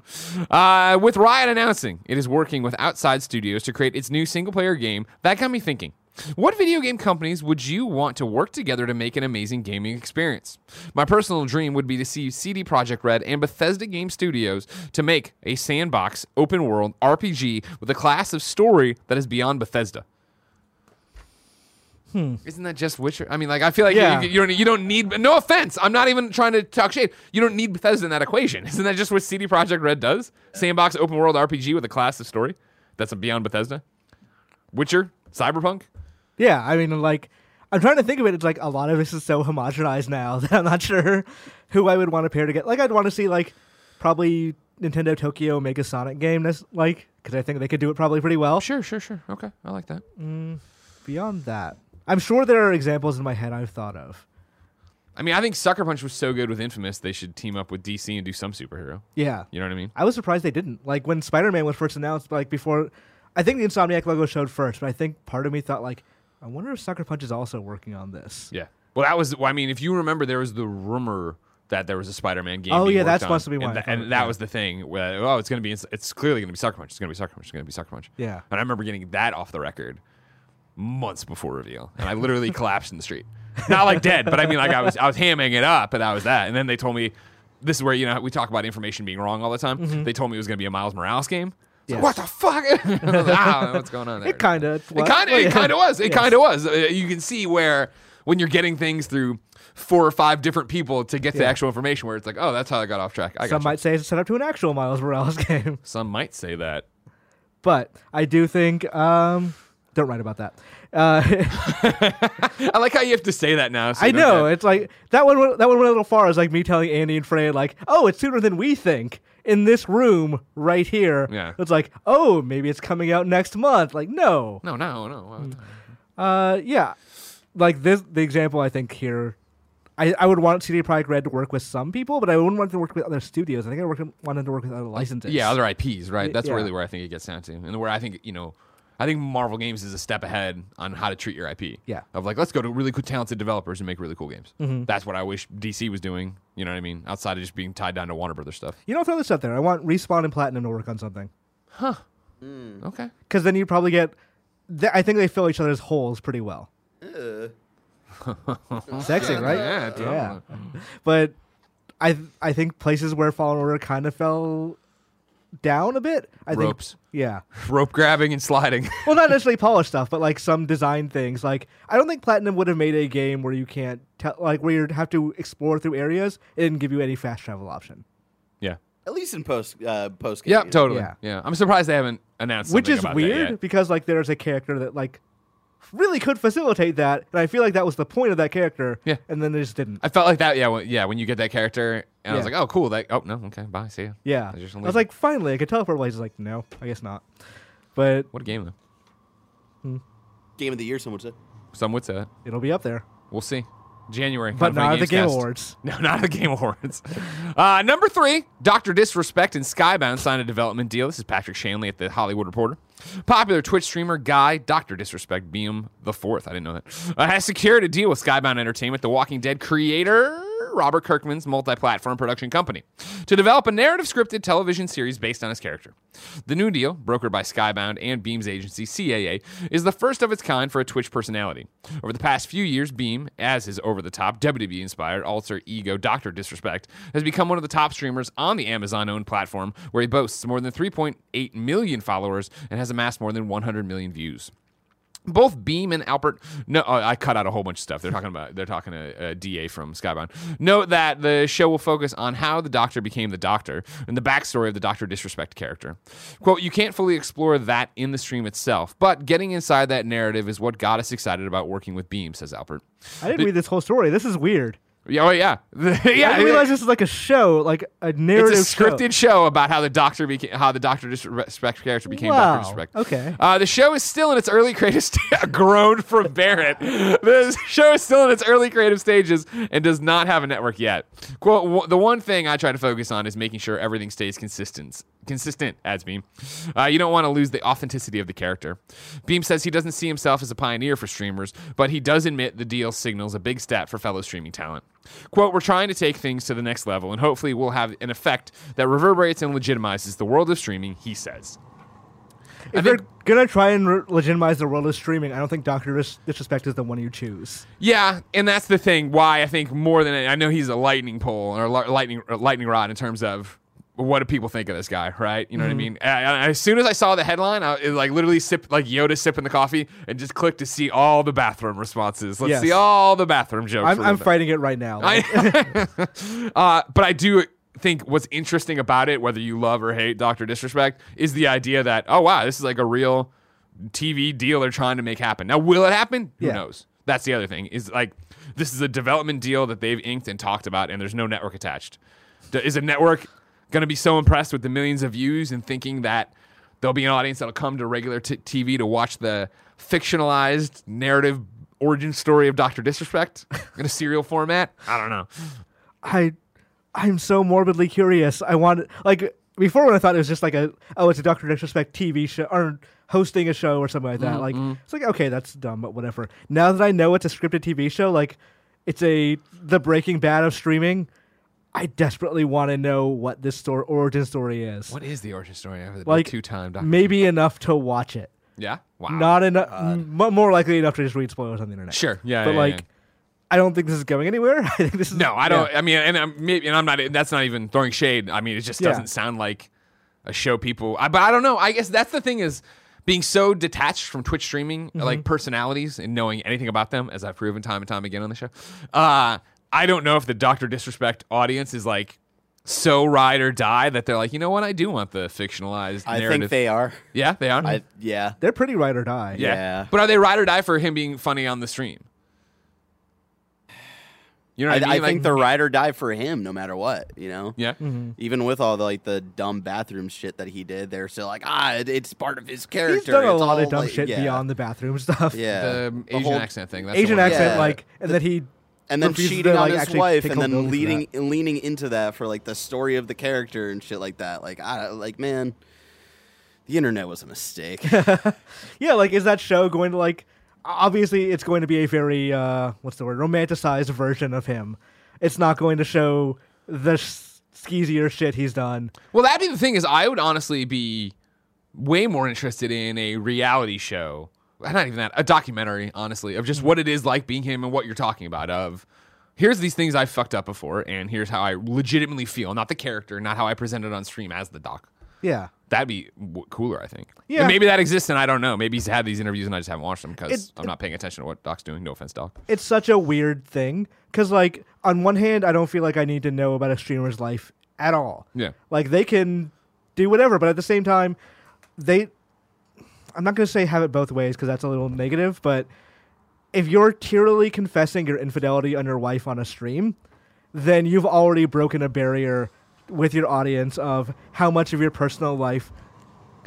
out. Uh, with Riot announcing it is working with outside studios to create its new single-player game, that got me thinking. What video game companies would you want to work together to make an amazing gaming experience? My personal dream would be to see CD Projekt Red and Bethesda Game Studios to make a sandbox, open world RPG with a class of story that is beyond Bethesda. Isn't that just Witcher? I mean, like, I feel like you- Yeah. you, you, don't, you don't need. No offense, I'm not even trying to talk shade. You don't need Bethesda in that equation. Isn't that just what CD Projekt Red does? Sandbox open world RPG with a class of story that's beyond Bethesda. Witcher, Cyberpunk. Yeah, I mean, like, I'm trying to think of it. It's like a lot of this is so homogenized now that I'm not sure who I would want to pair to get. Like, I'd want to see like probably Nintendo Tokyo make a Sonic game. That's like because I think they could do it probably pretty well. Sure, sure, sure. Okay, I like that. Beyond that, I'm sure there are examples in my head I've thought of. I mean, I think Sucker Punch was so good with Infamous, they should team up with DC and do some superhero. Yeah, You know what I mean? I was surprised they didn't. Like when Spider Man was first announced, like before, I think the Insomniac logo showed first, but I think part of me thought like, I wonder if Sucker Punch is also working on this. Yeah. Well, that was. Well, I mean, if you remember, there was the rumor that there was a Spider-Man game. Oh, being yeah, that's worked on, supposed to be why I And, tha- thought and it- that yeah. was the thing. Where, oh, it's gonna be. It's clearly gonna be Sucker Punch. It's gonna be Sucker Punch. It's gonna be Sucker Punch. Yeah. And I remember getting that off the record months before reveal, and I literally collapsed in the street. Not like dead, but I mean, like I was I was hamming it up, and that was that. And then they told me this is where you know we talk about information being wrong all the time. Mm-hmm. They told me it was gonna be a Miles Morales game. It's like, Yes. what the fuck? I was like, ah, what's going on there? It kind of. It kind of, it kind of was. It Yes. kind of was. Uh, You can see where when you're getting things through four or five different people to get to the Yeah. actual information, where it's like, oh, that's how I got off track. I got Some might say it's set up to an actual Miles Morales game, Some might say that. but I do think. um don't write about that. Uh, I like how you have to say that now. so I you don't know get- it's like that one. went- That one went a little far. It's like me telling Andy and Fran, like, "Oh, it's sooner than we think in this room right here." Yeah. It's like, "Oh, maybe it's coming out next month." Like, no, No, no, no. Uh, yeah, like this the example I think here. I, I would want CD Projekt Red to work with some people, but I wouldn't want it to work with other studios. I think I work, want them to work with other licenses. Yeah, other IPs, right? Y- That's yeah. really where I think it gets down to, and where I think you know, I think Marvel Games is a step ahead on how to treat your IP. Yeah. Mm-hmm. Of like, let's go to really cool, talented developers and make really cool games. That's what I wish DC was doing. You know what I mean? Outside of just being tied down to Warner Brothers stuff. you know, throw this out there. I want Respawn and Platinum to work on something Mm. Okay. because then you probably get. Th- I think they fill each other's holes pretty well. Sexy, right? Yeah. Yeah. but I th- I think places where Fallen Order kind of fell down a bit. I Ropes. Think, yeah. Rope grabbing and sliding. well, not necessarily polished stuff, but like some design things. Like I don't think Platinum would have made a game where you can't tell, like where you have to explore through areas. It didn't give you any fast travel option. at least in post uh, post game. Yep, totally. Yeah. Yeah. I'm surprised they haven't announced which something is about that weird yet. because like there's a character that like really could facilitate that, and I feel like that was the point of that character. Yeah. and then they just didn't. I felt like that, yeah, when, yeah. When you get that character, and I was Yeah. like, "Oh, cool!" That, oh no, okay, bye, see ya. yeah, They're just I gonna was leave. like, finally, I could teleport. Blaze is like, no, I guess not. But "What a game!" Though Game of the year, someone said. some would say that. it'll be up there, We'll see. January, but Kinda Funny not at the Games Game Cast. Awards. No, not at the Game Awards. Uh, number three, Doctor Disrespect and Skybound signed a development deal. This is Patrick Shanley at the Hollywood Reporter. Popular Twitch streamer guy Doctor Disrespect Beam the Fourth. I didn't know that. Uh, has secured a deal with Skybound Entertainment, the Walking Dead creator Robert Kirkman's multi-platform production company, to develop a narrative scripted television series based on his character. The new deal, brokered by Skybound and Beam's agency CAA, is the first of its kind for a Twitch personality. Over the past few years, Beam, as his over the top, WWE inspired alter ego Dr. Disrespect, has become one of the top streamers on the Amazon owned platform, where he boasts more than 3.8 million followers and has amassed more than 100 million views both Beam and Albert. No, uh, I cut out a whole bunch of stuff. They're talking about. They're talking to uh, Da from Skybound. Note that the show will focus on how the Doctor became the Doctor and the backstory of the Doctor Disrespect character. "Quote: You can't fully explore that in the stream itself, but getting inside that narrative is what got us excited about working with Beam," says Albert. I didn't read this whole story. This is weird. Yeah, oh yeah, yeah. I didn't realize this is like a show, like a narrative It's a show. scripted show. about how the doctor became how the Doctor Disrespect character became Wow. Doctor Disrespect. Okay. Uh, the show is still in its early creative st- grown from Barrett. The show is still in its early creative stages and does not have a network yet. Quote: "Wo- The one thing I try to focus on is making sure everything stays consistent. Consistent, adds Beam. Uh, you don't want to lose the authenticity of the character. Beam says he doesn't see himself as a pioneer for streamers, but he does admit the deal signals a big step for fellow streaming talent. Quote, we're trying to take things to the next level, and hopefully we'll have an effect that reverberates and legitimizes the world of streaming, he says. If you're gonna try and re- legitimize the world of streaming, I don't think Doctor Disrespect is the one you choose. Yeah, and that's the thing. Why I think more than I know, he's a lightning pole or li- lightning or lightning rod in terms of what do people think of this guy, right? You Mm-hmm. know what I mean. And- and as soon as I saw the headline, I it, like literally sip like Yoda sipping the coffee and just clicked to see all the bathroom responses. Let's Yes. see all the bathroom jokes. I'm, for I'm the- fighting it right now. Like, I- uh, but I do think what's interesting about it, whether you love or hate Doctor Disrespect, is the idea that oh wow, this is like a real TV deal they're trying to make happen. Now, will it happen? Who Yeah. knows? That's the other thing. Is like this is a development deal that they've inked and talked about, and there's no network attached. D- Is a network going to be so impressed with the millions of views and thinking that there'll be an audience that'll come to regular t- TV to watch the fictionalized narrative origin story of Doctor Disrespect in a serial format? I don't know. I I'm so morbidly curious. I want like before when I thought it was just like a oh it's a Doctor Disrespect TV show or hosting a show or something like that. Mm-hmm. Like it's like okay that's dumb but whatever. Now that I know it's a scripted TV show, like it's a the Breaking Bad of streaming. I desperately want to know what this story origin story is. What is the origin story of the Like, two-time Doctor? Maybe enough to watch it. yeah. Wow. Not enough. m- more likely enough to just read spoilers on the internet. Oh, Sure. Yeah, But yeah, like, yeah. I don't think this is going anywhere. I think this is No, I don't. yeah. I mean, and I'm maybe, and I'm not. That's not even throwing shade. I mean, it just Yeah. doesn't sound like a show people. I, but I don't know. I guess that's the thing is being so detached from Twitch streaming, Mm-hmm. like personalities and knowing anything about them, as I've proven time and time again on the show. Uh, I don't know if the Doctor Disrespect audience is like so ride or die that they're like, you know what, I do want the fictionalized I narrative. think they are. yeah, they are. I yeah. They're pretty ride or die. yeah. yeah. but are they ride or die for him being funny on the stream? You know I, what I, I mean? Like- think the ride or die for him, no matter what. You know. yeah. Mm-hmm. Even with all the like the dumb bathroom shit that he did, they're still like, ah, it, it's part of his character. He's done a It's lot of all, dumb like- shit yeah, beyond the bathroom stuff. yeah the Asian whole- accent thing. That's the Asian one. accent, Yeah. like, and that he and then refuses to, cheating on like, his actually wife, take and then accountability for leading that. leaning into that for like the story of the character and shit like that. Like I like man, the internet was a mistake. Yeah, like, is that show going to like? Obviously, it's going to be a very uh, what's the word? Romanticized version of him. It's not going to show the s- skeezier shit he's done. Well, that'd be the thing is, I would honestly be way more interested in a reality show. uh, Not even that, a documentary, honestly, of just what it is like being him and what you're talking about. Of here's these things I fucked up before, and here's how I legitimately feel, not the character, not how I present it on stream as the doc. Yeah. That'd be w- cooler, I think. Yeah. And maybe that exists, and I don't know. Maybe he's had these interviews, and I just haven't watched them because It- I'm not paying attention to what Doc's doing. No offense, Doc. it's such a weird thing because like on one hand i don't feel like i need to know about a streamer's life at all. Yeah. Like they can do whatever, but at the same time, they I'm not going to say have it both ways because that's a little negative, but if you're tearily confessing your infidelity on your wife on a stream, then you've already broken a barrier with your audience of how much of your personal life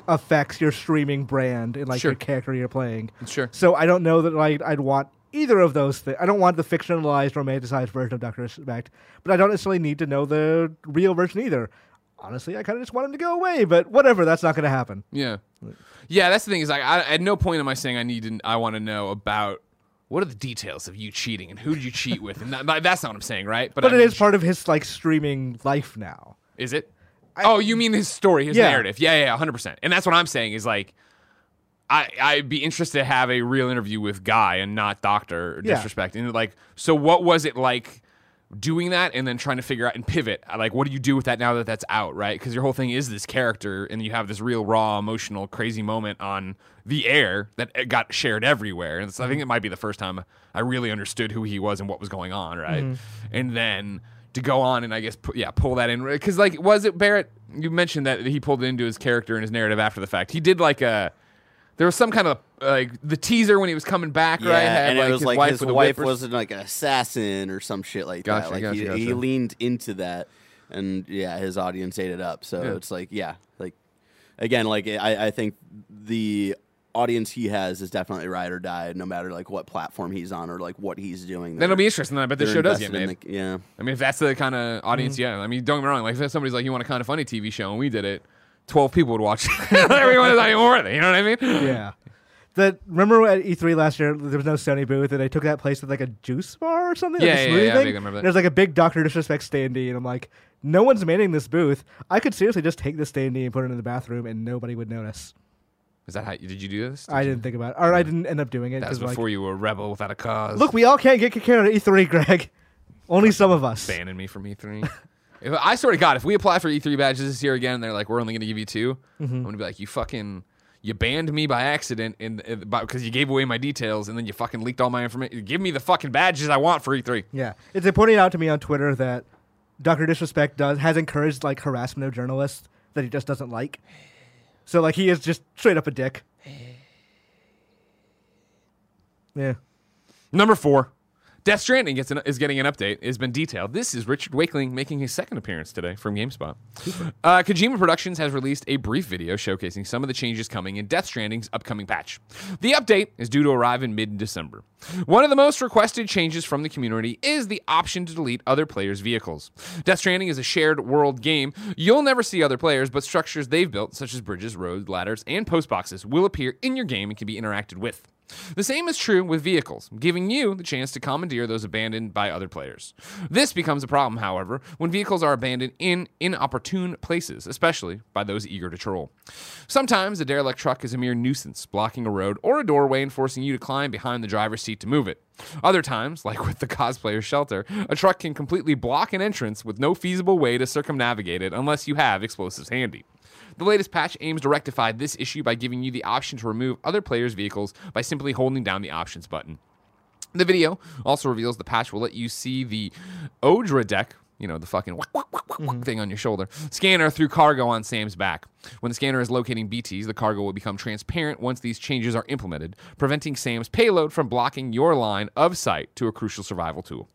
affects your streaming brand and like Sure. your character you're playing. Sure. So I don't know that like I'd want either of those things. I don't want the fictionalized, romanticized version of Doctor Disrespect, but I don't necessarily need to know the real version either. Honestly, I kind of just want him to go away, but whatever. That's not going to happen. Yeah, yeah. That's the thing is like, I, at no point am I saying I need to. I want to know about what are the details of you cheating and who did you cheat with, and that, that- that's not what I'm saying, right? But I it mean, is part of his like streaming life now. Is it? oh, you mean his story, his Yeah. narrative? Yeah, yeah, hundred percent. And that's what I'm saying is like, I I'd be interested to have a real interview with Guy and not Doctor Yeah. Disrespect. And like, so what was it like? Doing that and then trying to figure out and pivot, Uh, like what do you do with that now that that's out, right? Because your whole thing is this character, and you have this real raw, emotional, crazy moment on the air that eh, got shared everywhere. And so I think Mm-hmm. it might be the first time I really understood who he was and what was going on, right? Mm-hmm. And then to go on and I guess pu- yeah pull that in because like was it Barrett? You mentioned that he pulled it into his character and his narrative after the fact. He did like a there was some kind of like the teaser when he was coming back, Yeah, right? Had, and it was like his with a wife whip or- wasn't like an assassin or some shit like Gotcha, that. Like he, gotcha, he gotcha. leaned into that, and yeah, his audience ate it up. So Yeah. it's like yeah, like again, like I, I think the audience he has is definitely ride or die, no matter like what platform he's on or like what he's doing. Then it'll be interesting. Then I bet this They're show does get invested made. in the- yeah. I mean, if that's the kind of Mm. audience, yeah. I mean, don't get me wrong. Like, if somebody's like, you want a kind of funny TV show, and we did it, 12 people would watch it. Everyone is not even worth it. You know what I mean? Yeah. That remember at E3 last year there was no Sony booth and they took that place with like a juice bar or something. Yeah, like a yeah, smoothie yeah, I thing? vaguely remember that. There's like a big Doctor Disrespect standee and I'm like, no one's manning this booth. I could seriously just take this standee and put it in the bathroom and nobody would notice. Is that how did you do this? I didn't think about it, or I didn't end up doing it That was because like, before you were a rebel without a cause. look, we all can't get kicked out of E3, Greg. Only some of us. banning me from E3. if I swear to God, if we apply for E3 badges this year again, and they're like, we're only going to give you 2 i Mm-hmm. I'm going to be like, you fucking, you banned me by accident and because you gave away my details, and then you fucking leaked all my information. Give me the fucking badges I want for E E3. Yeah, it's been pointed out to me on Twitter that Doctor Disrespect does has encouraged like harassment of journalists that he just doesn't like. So like he is just straight up a dick. Yeah. Number four, Death Stranding gets an, is getting an update. It's been detailed. This is Richard Wakeling making his second appearance today from GameSpot. Uh, Kojima Productions has released a brief video showcasing some of the changes coming in Death Stranding's upcoming patch. The update is due to arrive in mid-December. One of the most requested changes from the community is the option to delete other players' vehicles. Death Stranding is a shared world game. You'll never see other players, but structures they've built, such as bridges, roads, ladders, and post boxes, will appear in your game and can be interacted with. The same is true with vehicles, giving you the chance to commandeer those abandoned by other players. This becomes a problem, however, when vehicles are abandoned in inopportune places, especially by those eager to troll. Sometimes a derelict truck is a mere nuisance, blocking a road or a doorway and forcing you to climb behind the driver's seat to move it. Other times, like with the cosplayer's shelter, a truck can completely block an entrance with no feasible way to circumnavigate it unless you have explosives handy. The latest patch aims to rectify this issue by giving you the option to remove other players' vehicles by simply holding down the options button. The video also reveals the patch will let you see the Odra deck, you know, the fucking whack, whack, whack, whack, whack thing on your shoulder, scanner through cargo on Sam's back. When the scanner is locating BTs, the cargo will become transparent once these changes are implemented, preventing Sam's payload from blocking your line of sight to a crucial survival tool.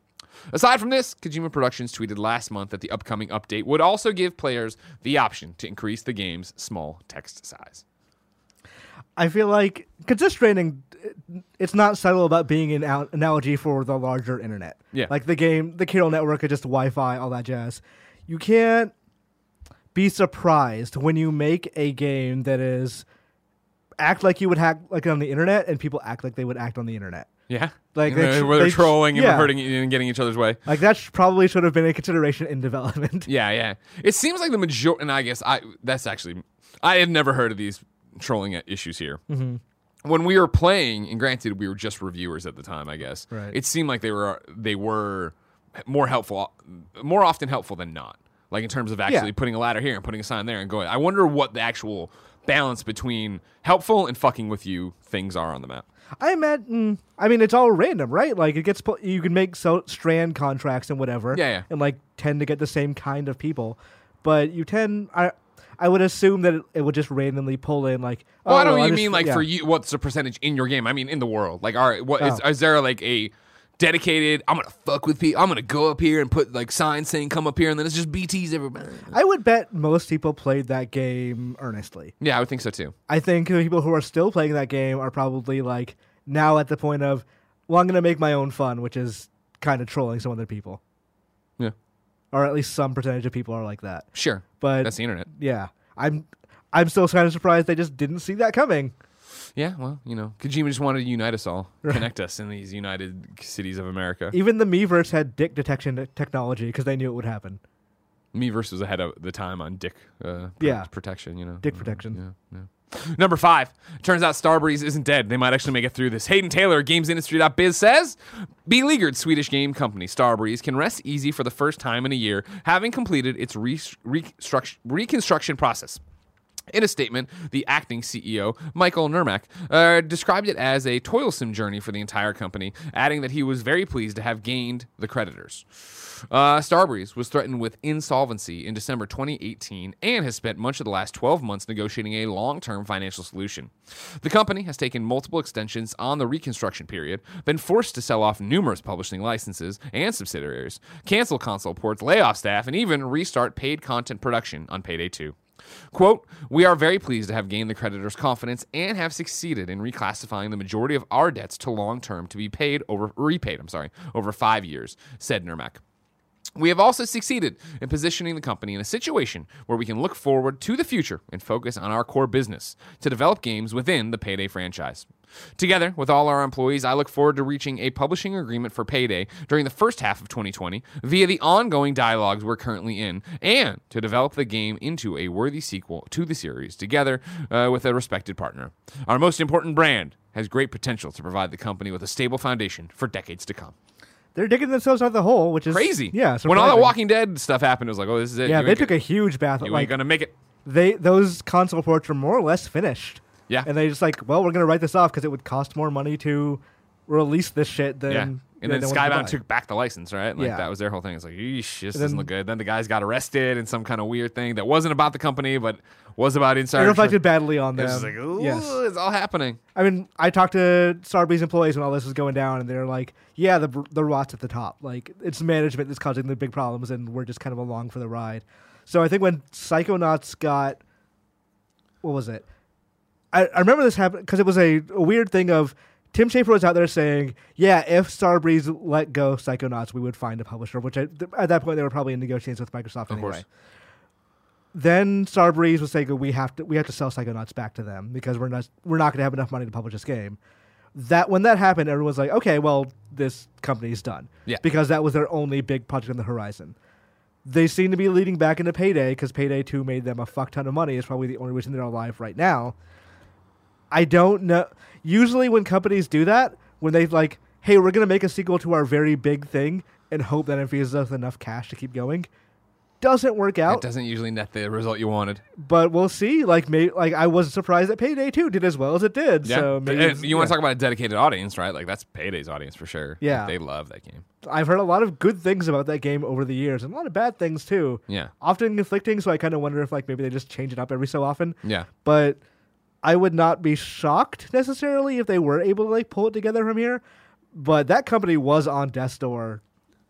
Aside from this, Kojima Productions tweeted last month that the upcoming update would also give players the option to increase the game's small text size. I feel like because this training, it's not subtle about being an al- analogy for the larger internet. Yeah. like the game, the Carol network, or just Wi-Fi, all that jazz. You can't be surprised when you make a game that is act like you would act like on the internet, and people act like they would act on the internet. Yeah, Like, You know, they- where they're they- trolling and yeah. hurting and getting each other's way. Like that sh- probably should have been a consideration in development. Yeah, yeah. It seems like the majority, and I guess I that's actually I have never heard of these trolling i- issues here. Mm-hmm. When we were playing, and granted we were just reviewers at the time, I guess. Right. It seemed like they were they were more helpful, more often helpful than not. Like in terms of actually putting a ladder here and putting a sign there and going. I wonder what the actual balance between helpful and fucking with you things are on the map. I imagine. I mean, it's all random, right? Like it gets. pu- You can make so strand contracts and whatever. Yeah, yeah. And like tend to get the same kind of people, but you tend I I would assume that it, it would just randomly pull in like. Well, I don't well, even Oh, just- mean like yeah. for you. What's the percentage in your game? I mean in the world. Like, all right, what is Oh. is there like a dedicated? I'm gonna fuck with people. I'm gonna go up here and put like signs saying "come up here," and then it's just BTS everybody. I would bet most people played that game earnestly. Yeah, I would think so too. I think the people who are still playing that game are probably like now at the point of, well, I'm going to make my own fun, which is kind of trolling some other people, Yeah, or at least some percentage of people are like that. sure. But That's the internet. yeah, I'm I'm still kind of surprised they just didn't see that coming. Yeah, well, you know, Kojima just wanted to unite us all, connect us in these united cities of America. Even the Miiverse had dick detection technology because they knew it would happen. Meverse was ahead of the time on dick uh, pr- Yeah. protection, you know. Dick protection. Mm, Yeah, yeah. Number five. Turns out Starbreeze isn't dead. They might actually make it through this. Hayden Taylor, GamesIndustry.biz says, beleaguered Swedish game company Starbreeze can rest easy for the first time in a year, having completed its re- reconstruct- reconstruction process. In a statement, the acting CEO, Michael Nurmak, uh, described it as a toilsome journey for the entire company, adding that he was very pleased to have gained the creditors. Uh, Starbreeze was threatened with insolvency in December 2018 and has spent much of the last 12 months negotiating a long term financial solution. The company has taken multiple extensions on the reconstruction period, been forced to sell off numerous publishing licenses and subsidiaries, cancel console ports, lay off staff, and even restart paid content production on Payday 2. Quote, we are very pleased to have gained the creditor's confidence and have succeeded in reclassifying the majority of our debts to long term to be paid over repaid, I'm sorry, over five years, said Nurmak. We have also succeeded in positioning the company in a situation where we can look forward to the future and focus on our core business to develop games within the Payday franchise. Together with all our employees, I look forward to reaching a publishing agreement for Payday during the first half of 2020 via the ongoing dialogues we're currently in and to develop the game into a worthy sequel to the series together uh, with a respected partner. Our most important brand has great potential to provide the company with a stable foundation for decades to come They're digging themselves out of the hole, which is crazy. Yeah, When all that surprising. Walking Dead stuff happened, it was like, oh, this is it. Yeah, You they ain't took a gonna- huge bath. You like ain't gonna make it. they those console ports were more or less finished. Yeah. and they just like, well, we're gonna write this off because it would cost more money to release this shit than. Yeah. than And then no one could Skybound buy. took back the license, right? Like Yeah. that was their whole thing. It's like, yeesh, this doesn't And then- look good. Then the guys got arrested in some kind of weird thing that wasn't about the company, but was about It insider. reflected badly on It them. was just like, ooh, yes. it's all happening. I mean, I talked to Starbreeze employees when all this was going down, and they're like, "Yeah, the the rot's at the top. Like, it's management that's causing the big problems, and we're just kind of along for the ride." So I think when Psychonauts got, what was it? I, I remember this happened because it was a, a weird thing of Tim Schafer was out there saying, "Yeah, if Starbreeze let go Psychonauts, we would find a publisher." Which I, th- at that point they were probably in negotiations with Microsoft anyway. course. Then Starbreeze was saying, "We have to we have to sell Psychonauts back to them because we're not we're not going to have enough money to publish this game." That when that happened, everyone's like, "Okay, well, this company's done." Yeah. Because that was their only big project on the horizon they seem to be leading back into Payday because Payday 2 made them a fuck ton of money. It's probably the only reason they're alive right now. I don't know. Usually, when companies do that, when they like, hey, we're going to make a sequel to our very big thing and hope that infuses us enough cash to keep going, doesn't work It out. doesn't usually net the result you wanted. But we'll see. Like, may, like I was surprised that Payday 2 did as well as it did. Yeah. So maybe And you want to talk about a dedicated audience, right? Like that's Payday's audience for sure. Like, Yeah. they love that game. about? I've heard a lot of good things about that game over the years and a lot of bad things too. Yeah. Often conflicting, so I kind of wonder if like maybe they just change it up every so often. Yeah. but I would not be shocked necessarily if they were able to like pull it together from here. But that company was on death's door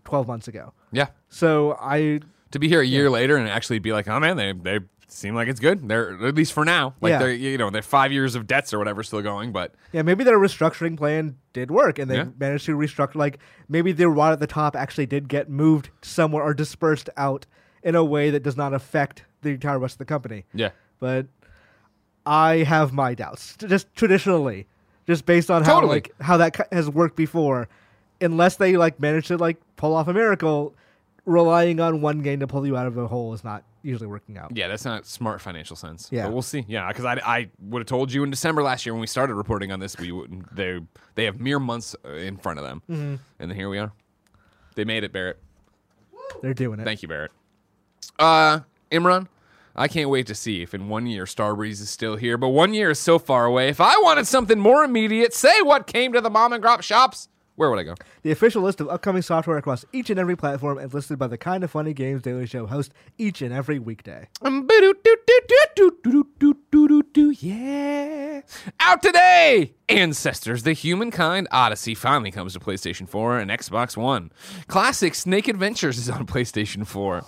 twelve months ago, Yeah. so I to be here a year later and actually be like, oh man, they they seem like it's good. They're at least for now. Like Yeah. they're you know, they're five years of debts or whatever still going, but yeah maybe their restructuring plan did work and they Yeah. managed to restructure like maybe the rod at the top actually did get moved somewhere or dispersed out in a way that does not affect the entire rest of the company. yeah. But I have my doubts. t- Just traditionally, just based on how Totally. like how that cu- has worked before, unless they like manage to like pull off a miracle, relying on one game to pull you out of the hole is not usually working out. Yeah, that's not smart financial sense. Yeah. But we'll see. Yeah, because I, I would have told you in December last year when we started reporting on this, we wouldn't. They they have mere months uh, in front of them, Mm-hmm. and then here we are. They made it, Barrett. They're doing it. Thank you, Barrett. Uh, Imran, I can't wait to see if in one year Starbreeze is still here, but one year is so far away. If I wanted something more immediate, say what came to the mom and pop shops Where would I go? The official list of upcoming software across each and every platform is listed by the Kind of Funny Games Daily Show host each and every weekday. Um, boo-doo-doo-doo-doo-doo-doo-doo-doo-doo, Yeah. Out today! Ancestors, the Humankind Odyssey finally comes to PlayStation 4 and Xbox One. Classic Snake Adventures is on PlayStation 4.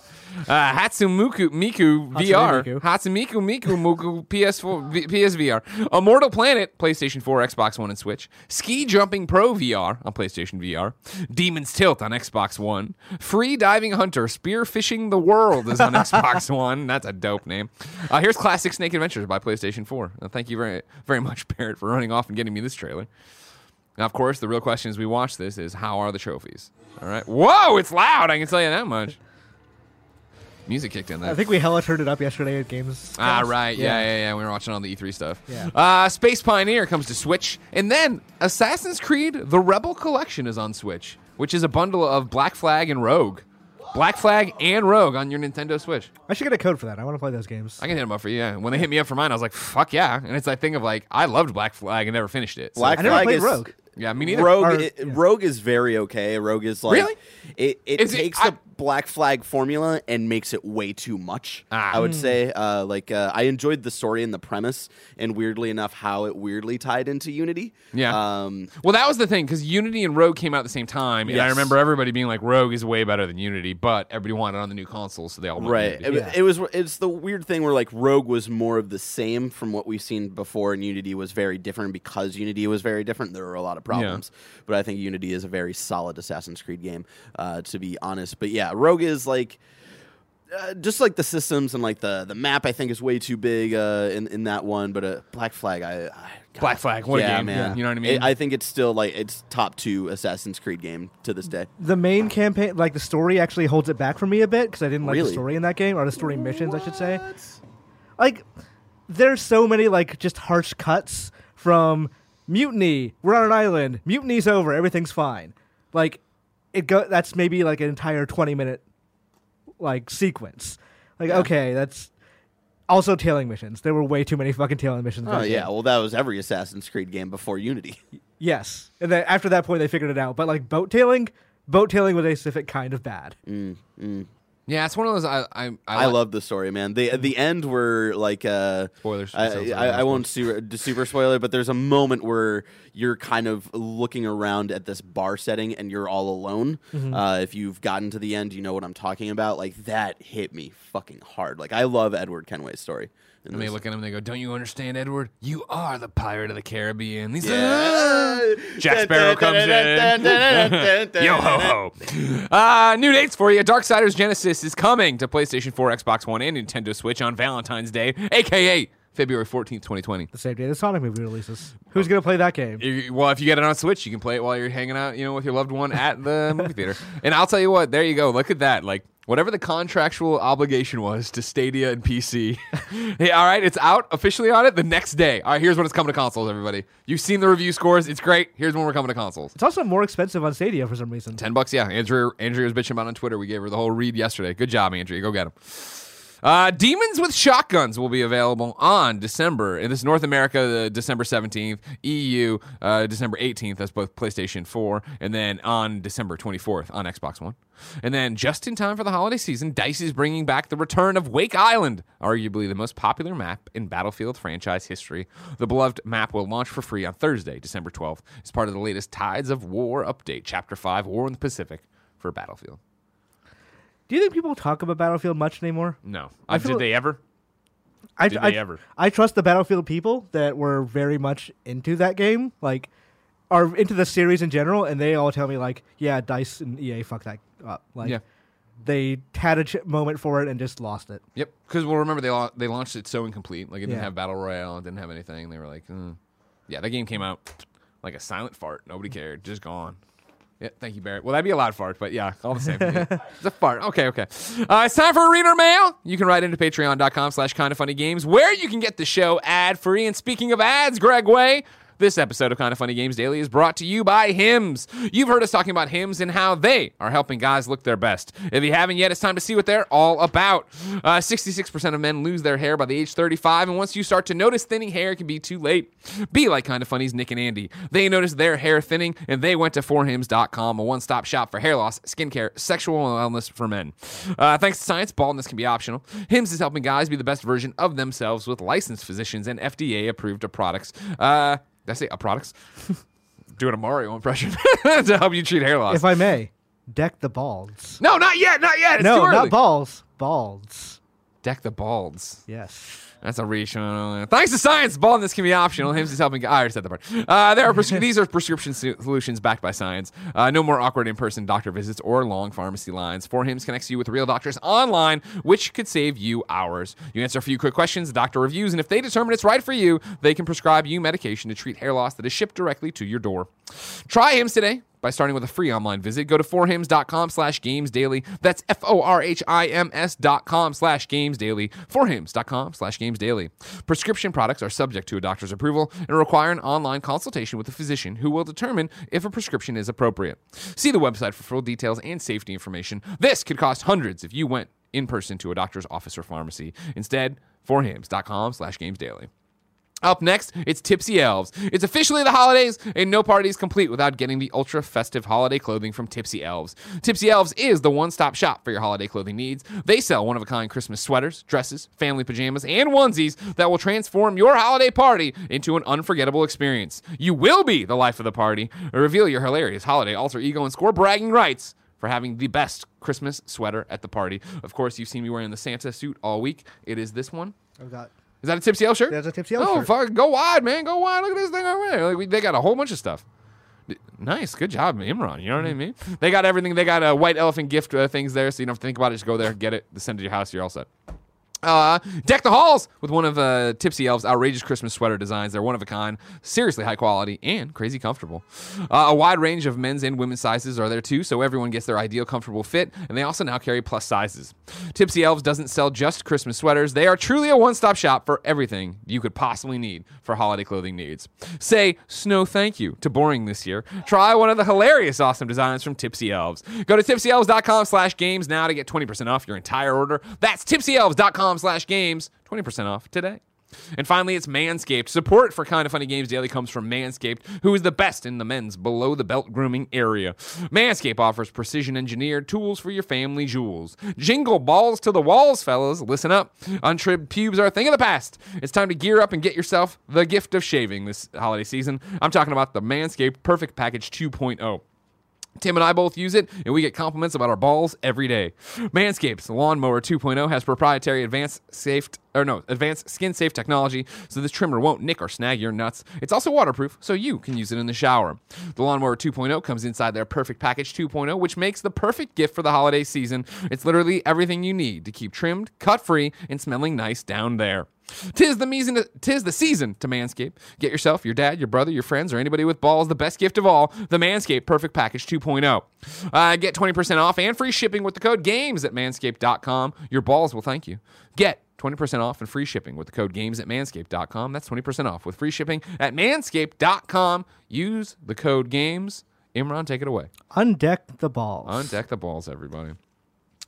Uh, Hatsumuku Miku VR. Miku. Hatsumiku Miku Muku PS4, V- PSVR. Immortal Planet, PlayStation 4, Xbox One, and Switch. Ski Jumping Pro VR on PlayStation VR. Demon's Tilt on Xbox One. Free Diving Hunter, Spear Fishing the World is on Xbox One. That's a dope name. Uh, here's Classic Snake Adventures by PlayStation 4. Uh, thank you very, very much, Barrett, for running off and getting me this trailer. Now, of course, the real question as we watch this is how are the trophies? All right. Whoa, it's loud. I can tell you that much. Music kicked in there. I think we hella turned it up yesterday at Games. Ah, Cast. right. Yeah. yeah, yeah, We were watching all the E3 stuff. Yeah. Uh, Space Pioneer comes to Switch. And then Assassin's Creed The Rebel Collection is on Switch, which is a bundle of Black Flag and Rogue. Black Flag and Rogue on your Nintendo Switch. I should get a code for that. I want to play those games. I can hit them up for you. Yeah. When they hit me up for mine, I was like, fuck yeah. And it's that thing of like, I loved Black Flag and never finished it. So, Black I never Flag played is Rogue. yeah, me neither. Rogue, Or- it- yeah. Rogue is very okay. Rogue is like Really? it, it Is it- takes I- the Black Flag formula and makes it way too much. Ah. I would Hmm. say, uh, like uh, I enjoyed the story and the premise, and weirdly enough, how it weirdly tied into Unity. Yeah. Um, Well, that was the thing because Unity and Rogue came out at the same time, and I Yes. remember everybody being like, "Rogue is way better than Unity," but everybody wanted it on the new console, so they all wanted right. Unity. It, Yeah. it was. It's the weird thing where like Rogue was more of the same from what we've seen before, and Unity was very different because Unity was very different. There were a lot of problems, but I think Unity is a very solid Assassin's Creed game, uh, to be honest. But yeah, Rogue is like. uh, just like the systems and like the the map, I think is way too big uh, in in that one. But uh, Black Flag, I, I God. Black Flag, what a yeah, game. man. You know what I mean? It- I think it's still like it's top two Assassin's Creed game to this day. The main campaign, like the story, actually holds it back for me a bit because I didn't like Really? the story in that game, or the story missions, I should say. Like, there's so many like just harsh cuts from mutiny. We're on an island. Mutiny's over. Everything's fine. Like, it go. That's maybe like an entire 20 minute like sequence. Like, okay, that's also tailing missions. There were way too many fucking tailing missions. in Oh that yeah, game. well that was every Assassin's Creed game before Unity. Yes, and then after that point, they figured it out. But like boat tailing, boat tailing was a specific kind of bad. Yeah, it's one of those. I I, I, I like- love the story, man. The the end where like uh, Spoilers. I, Sounds like I, I spoilers. won't super, super spoiler, but there's a moment where you're kind of looking around at this bar setting and you're all alone. Mm-hmm. Uh, if you've gotten to the end, you know what I'm talking about. Like that hit me fucking hard. Like I love Edward Kenway's story. in And they this. look at him and they go, "Don't you understand, Edward? You are the pirate of the Caribbean." He's like, "Ah." Yeah. Jack Sparrow comes "Ah." Yo ho ho! Uh, new dates for you. Darksiders Genesis is coming to PlayStation 4, Xbox One, and Nintendo Switch on Valentine's Day, aka February 14th, 2020. The same day the Sonic movie releases. Oh. Who's gonna play that game? You- Well, if you get it on Switch, you can play it while you're hanging out, you know, with your loved one at the movie theater. And I'll tell you what, there you go. Look at that. Like whatever the contractual obligation was to Stadia and PC. hey, all right, it's out officially on it the next day. All right, here's when it's coming to consoles, everybody. You've seen the review scores. It's great. Here's when we're coming to consoles. It's also more expensive on Stadia for some reason. Ten bucks, yeah. Andrew, Andrew was bitching about it on Twitter. We gave her the whole read yesterday. Good job, Andrew. Go get him. Uh, Demons with Shotguns will be available on December. In this North America, uh, December 17th, EU, uh, December 18th, that's both PlayStation 4, and then on December 24th on Xbox One. And then just in time for the holiday season, DICE is bringing back the return of Wake Island, arguably the most popular map in Battlefield franchise history. The beloved map will launch for free on Thursday, December 12th, as part of the latest Tides of War update, Chapter 5, War in the Pacific, for Battlefield. Do you think people talk about Battlefield much anymore? No. Uh, feel- did they ever? I, Did I, they ever? I trust the Battlefield people that were very much into that game, like, are into the series in general, and they all tell me like, yeah, Dice and EA fucked that up. Like, Yeah. they had a ch- moment for it and just lost it. Yep, because well, remember they lau- they launched it so incomplete, like it didn't Yeah. have battle royale, it didn't have anything. They were like, mm. yeah, that game came out like a silent fart. Nobody cared, just gone. Yeah, thank you, Barrett. Well, that'd be a loud fart, but yeah, all the same. Yeah. It's a fart. Okay, okay. Uh, it's time for Reader Mail. You can write into patreon.com slash kind of funny games, where you can get the show ad free. And speaking of ads, Greg Way, This episode of Kind of Funny Games Daily is brought to you by Hims. You've heard us talking about Hims and how they are helping guys look their best. If you haven't yet, it's time to see what they're all about. Uh, 66% of men lose their hair by the age 35, and once you start to notice thinning hair, it can be too late. Be like Kind of Funny's Nick and Andy. They noticed their hair thinning, and they went to 4hims.com, a one stop shop for hair loss, skincare, sexual wellness for men. Uh, thanks to science, baldness can be optional. Hims is helping guys be the best version of themselves with licensed physicians and FDA approved products. Uh, did I say uh, products? Doing a Mario impression to help you treat hair loss. If I may, deck the balls. No, not yet, not yet. It's too no, early. not balls. Balls. Deck the balds. Yes. That's a reach. Uh, Thanks to science, baldness can be optional. Hims is helping. I already said that part. Uh, there are pres- these are prescription so- solutions backed by science. Uh, no more awkward in-person doctor visits or long pharmacy lines. For Hims connects you with real doctors online, which could save you hours. You answer a few quick questions, the doctor reviews, and if they determine it's right for you, they can prescribe you medication to treat hair loss that is shipped directly to your door. Try Hims today by starting with a free online visit. Go to forhims.com slash games daily. That's F O R H I M S dot com slash games daily. Forhims.com slash games daily. Prescription products are subject to a doctor's approval and require an online consultation with a physician who will determine if a prescription is appropriate. See the website for full details and safety information. This could cost hundreds if you went in person to a doctor's office or pharmacy. Instead, forhims.com slash games daily. Up next, it's Tipsy Elves. It's officially the holidays, and no party is complete without getting the ultra festive holiday clothing from Tipsy Elves. Tipsy Elves is the one stop shop for your holiday clothing needs. They sell one of a kind Christmas sweaters, dresses, family pajamas, and onesies that will transform your holiday party into an unforgettable experience. You will be the life of the party, reveal your hilarious holiday alter ego, and score bragging rights for having the best Christmas sweater at the party. Of course, you've seen me wearing the Santa suit all week. It is this one. I've got. Is that a Tipsy Elf shirt? That's a Tipsy Elf oh, shirt. fuck. Go wide, man. Go wide. Look at this thing over there. Like, we, they got a whole bunch of stuff. D- Nice. Good job, Imran. You know what I mean? They got everything. They got uh, white elephant gift uh, things there, so you don't have to think about it. Just go there, get it, send it to your house. You're all set. Uh, deck the halls with one of uh, Tipsy Elf's outrageous Christmas sweater designs. They're one of a kind, seriously high quality, and crazy comfortable. Uh, a wide range of men's and women's sizes are there too, so everyone gets their ideal comfortable fit, and they also now carry plus sizes. Tipsy Elves doesn't sell just Christmas sweaters, they are truly a one stop shop for everything you could possibly need for holiday clothing needs. Say snow thank you to boring this year. Try one of the hilarious awesome designs from Tipsy Elves. Go to tipsyelves.com slash games now to get 20% off your entire order. That's tipsyelves.com slash games, 20% off today. And finally, it's Manscaped. Support for Kind of Funny Games Daily comes from Manscaped, who is the best in the men's below the belt grooming area. Manscaped offers precision engineered tools for your family jewels. Jingle balls to the walls, fellas. Listen up. Untrimmed pubes are a thing of the past. It's time to gear up and get yourself the gift of shaving this holiday season. I'm talking about the Manscaped Perfect Package oh. 2.0. Tim and I both use it, and we get compliments about our balls every day. Manscaped's Lawnmower 2.0 has proprietary advanced safe or no advanced skin safe technology, so this trimmer won't nick or snag your nuts. It's also waterproof, so you can use it in the shower. The Lawnmower 2.0 comes inside their Perfect Package 2.0, which makes the perfect gift for the holiday season. It's literally everything you need to keep trimmed, cut free, and smelling nice down there. Tis the meason tis the season to manscape. Get yourself, your dad, your brother, your friends, or anybody with balls the best gift of all, the Manscaped Perfect Package 2.0. Uh, get 20% off and free shipping with the code GAMES at manscaped.com. Your balls will thank you. Get 20% off and free shipping with the code GAMES at manscaped.com. That's 20% off with free shipping at manscaped.com. Use the code GAMES. Imran, take it away. Undeck the balls. Undeck the balls, everybody.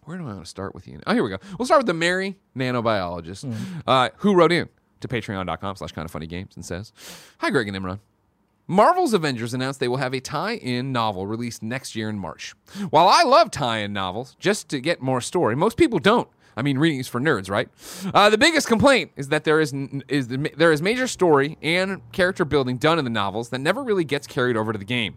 Where do I want to start with you? Oh, here we go. We'll start with the Mary nanobiologist uh, who wrote in to patreon.com slash kind of funny games and says, Hi, Greg and Imran. Marvel's Avengers announced they will have a tie in novel released next year in March. While I love tie in novels, just to get more story, most people don't. I mean, reading is for nerds, right? Uh, the biggest complaint is that there is n- is the, ma- there is major story and character building done in the novels that never really gets carried over to the game.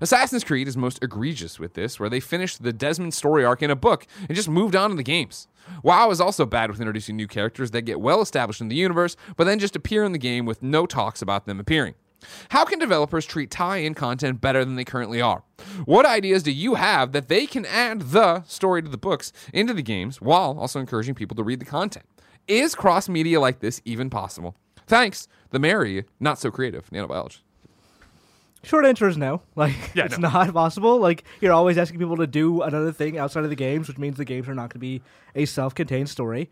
Assassin's Creed is most egregious with this, where they finished the Desmond story arc in a book and just moved on to the games. WoW is also bad with introducing new characters that get well established in the universe, but then just appear in the game with no talks about them appearing. How can developers treat tie in content better than they currently are? What ideas do you have that they can add the story to the books into the games while also encouraging people to read the content? Is cross media like this even possible? Thanks, the Mary, not so creative nanobiologist. Short answer is no. Like it's not possible. Like you're always asking people to do another thing outside of the games, which means the games are not going to be a self-contained story.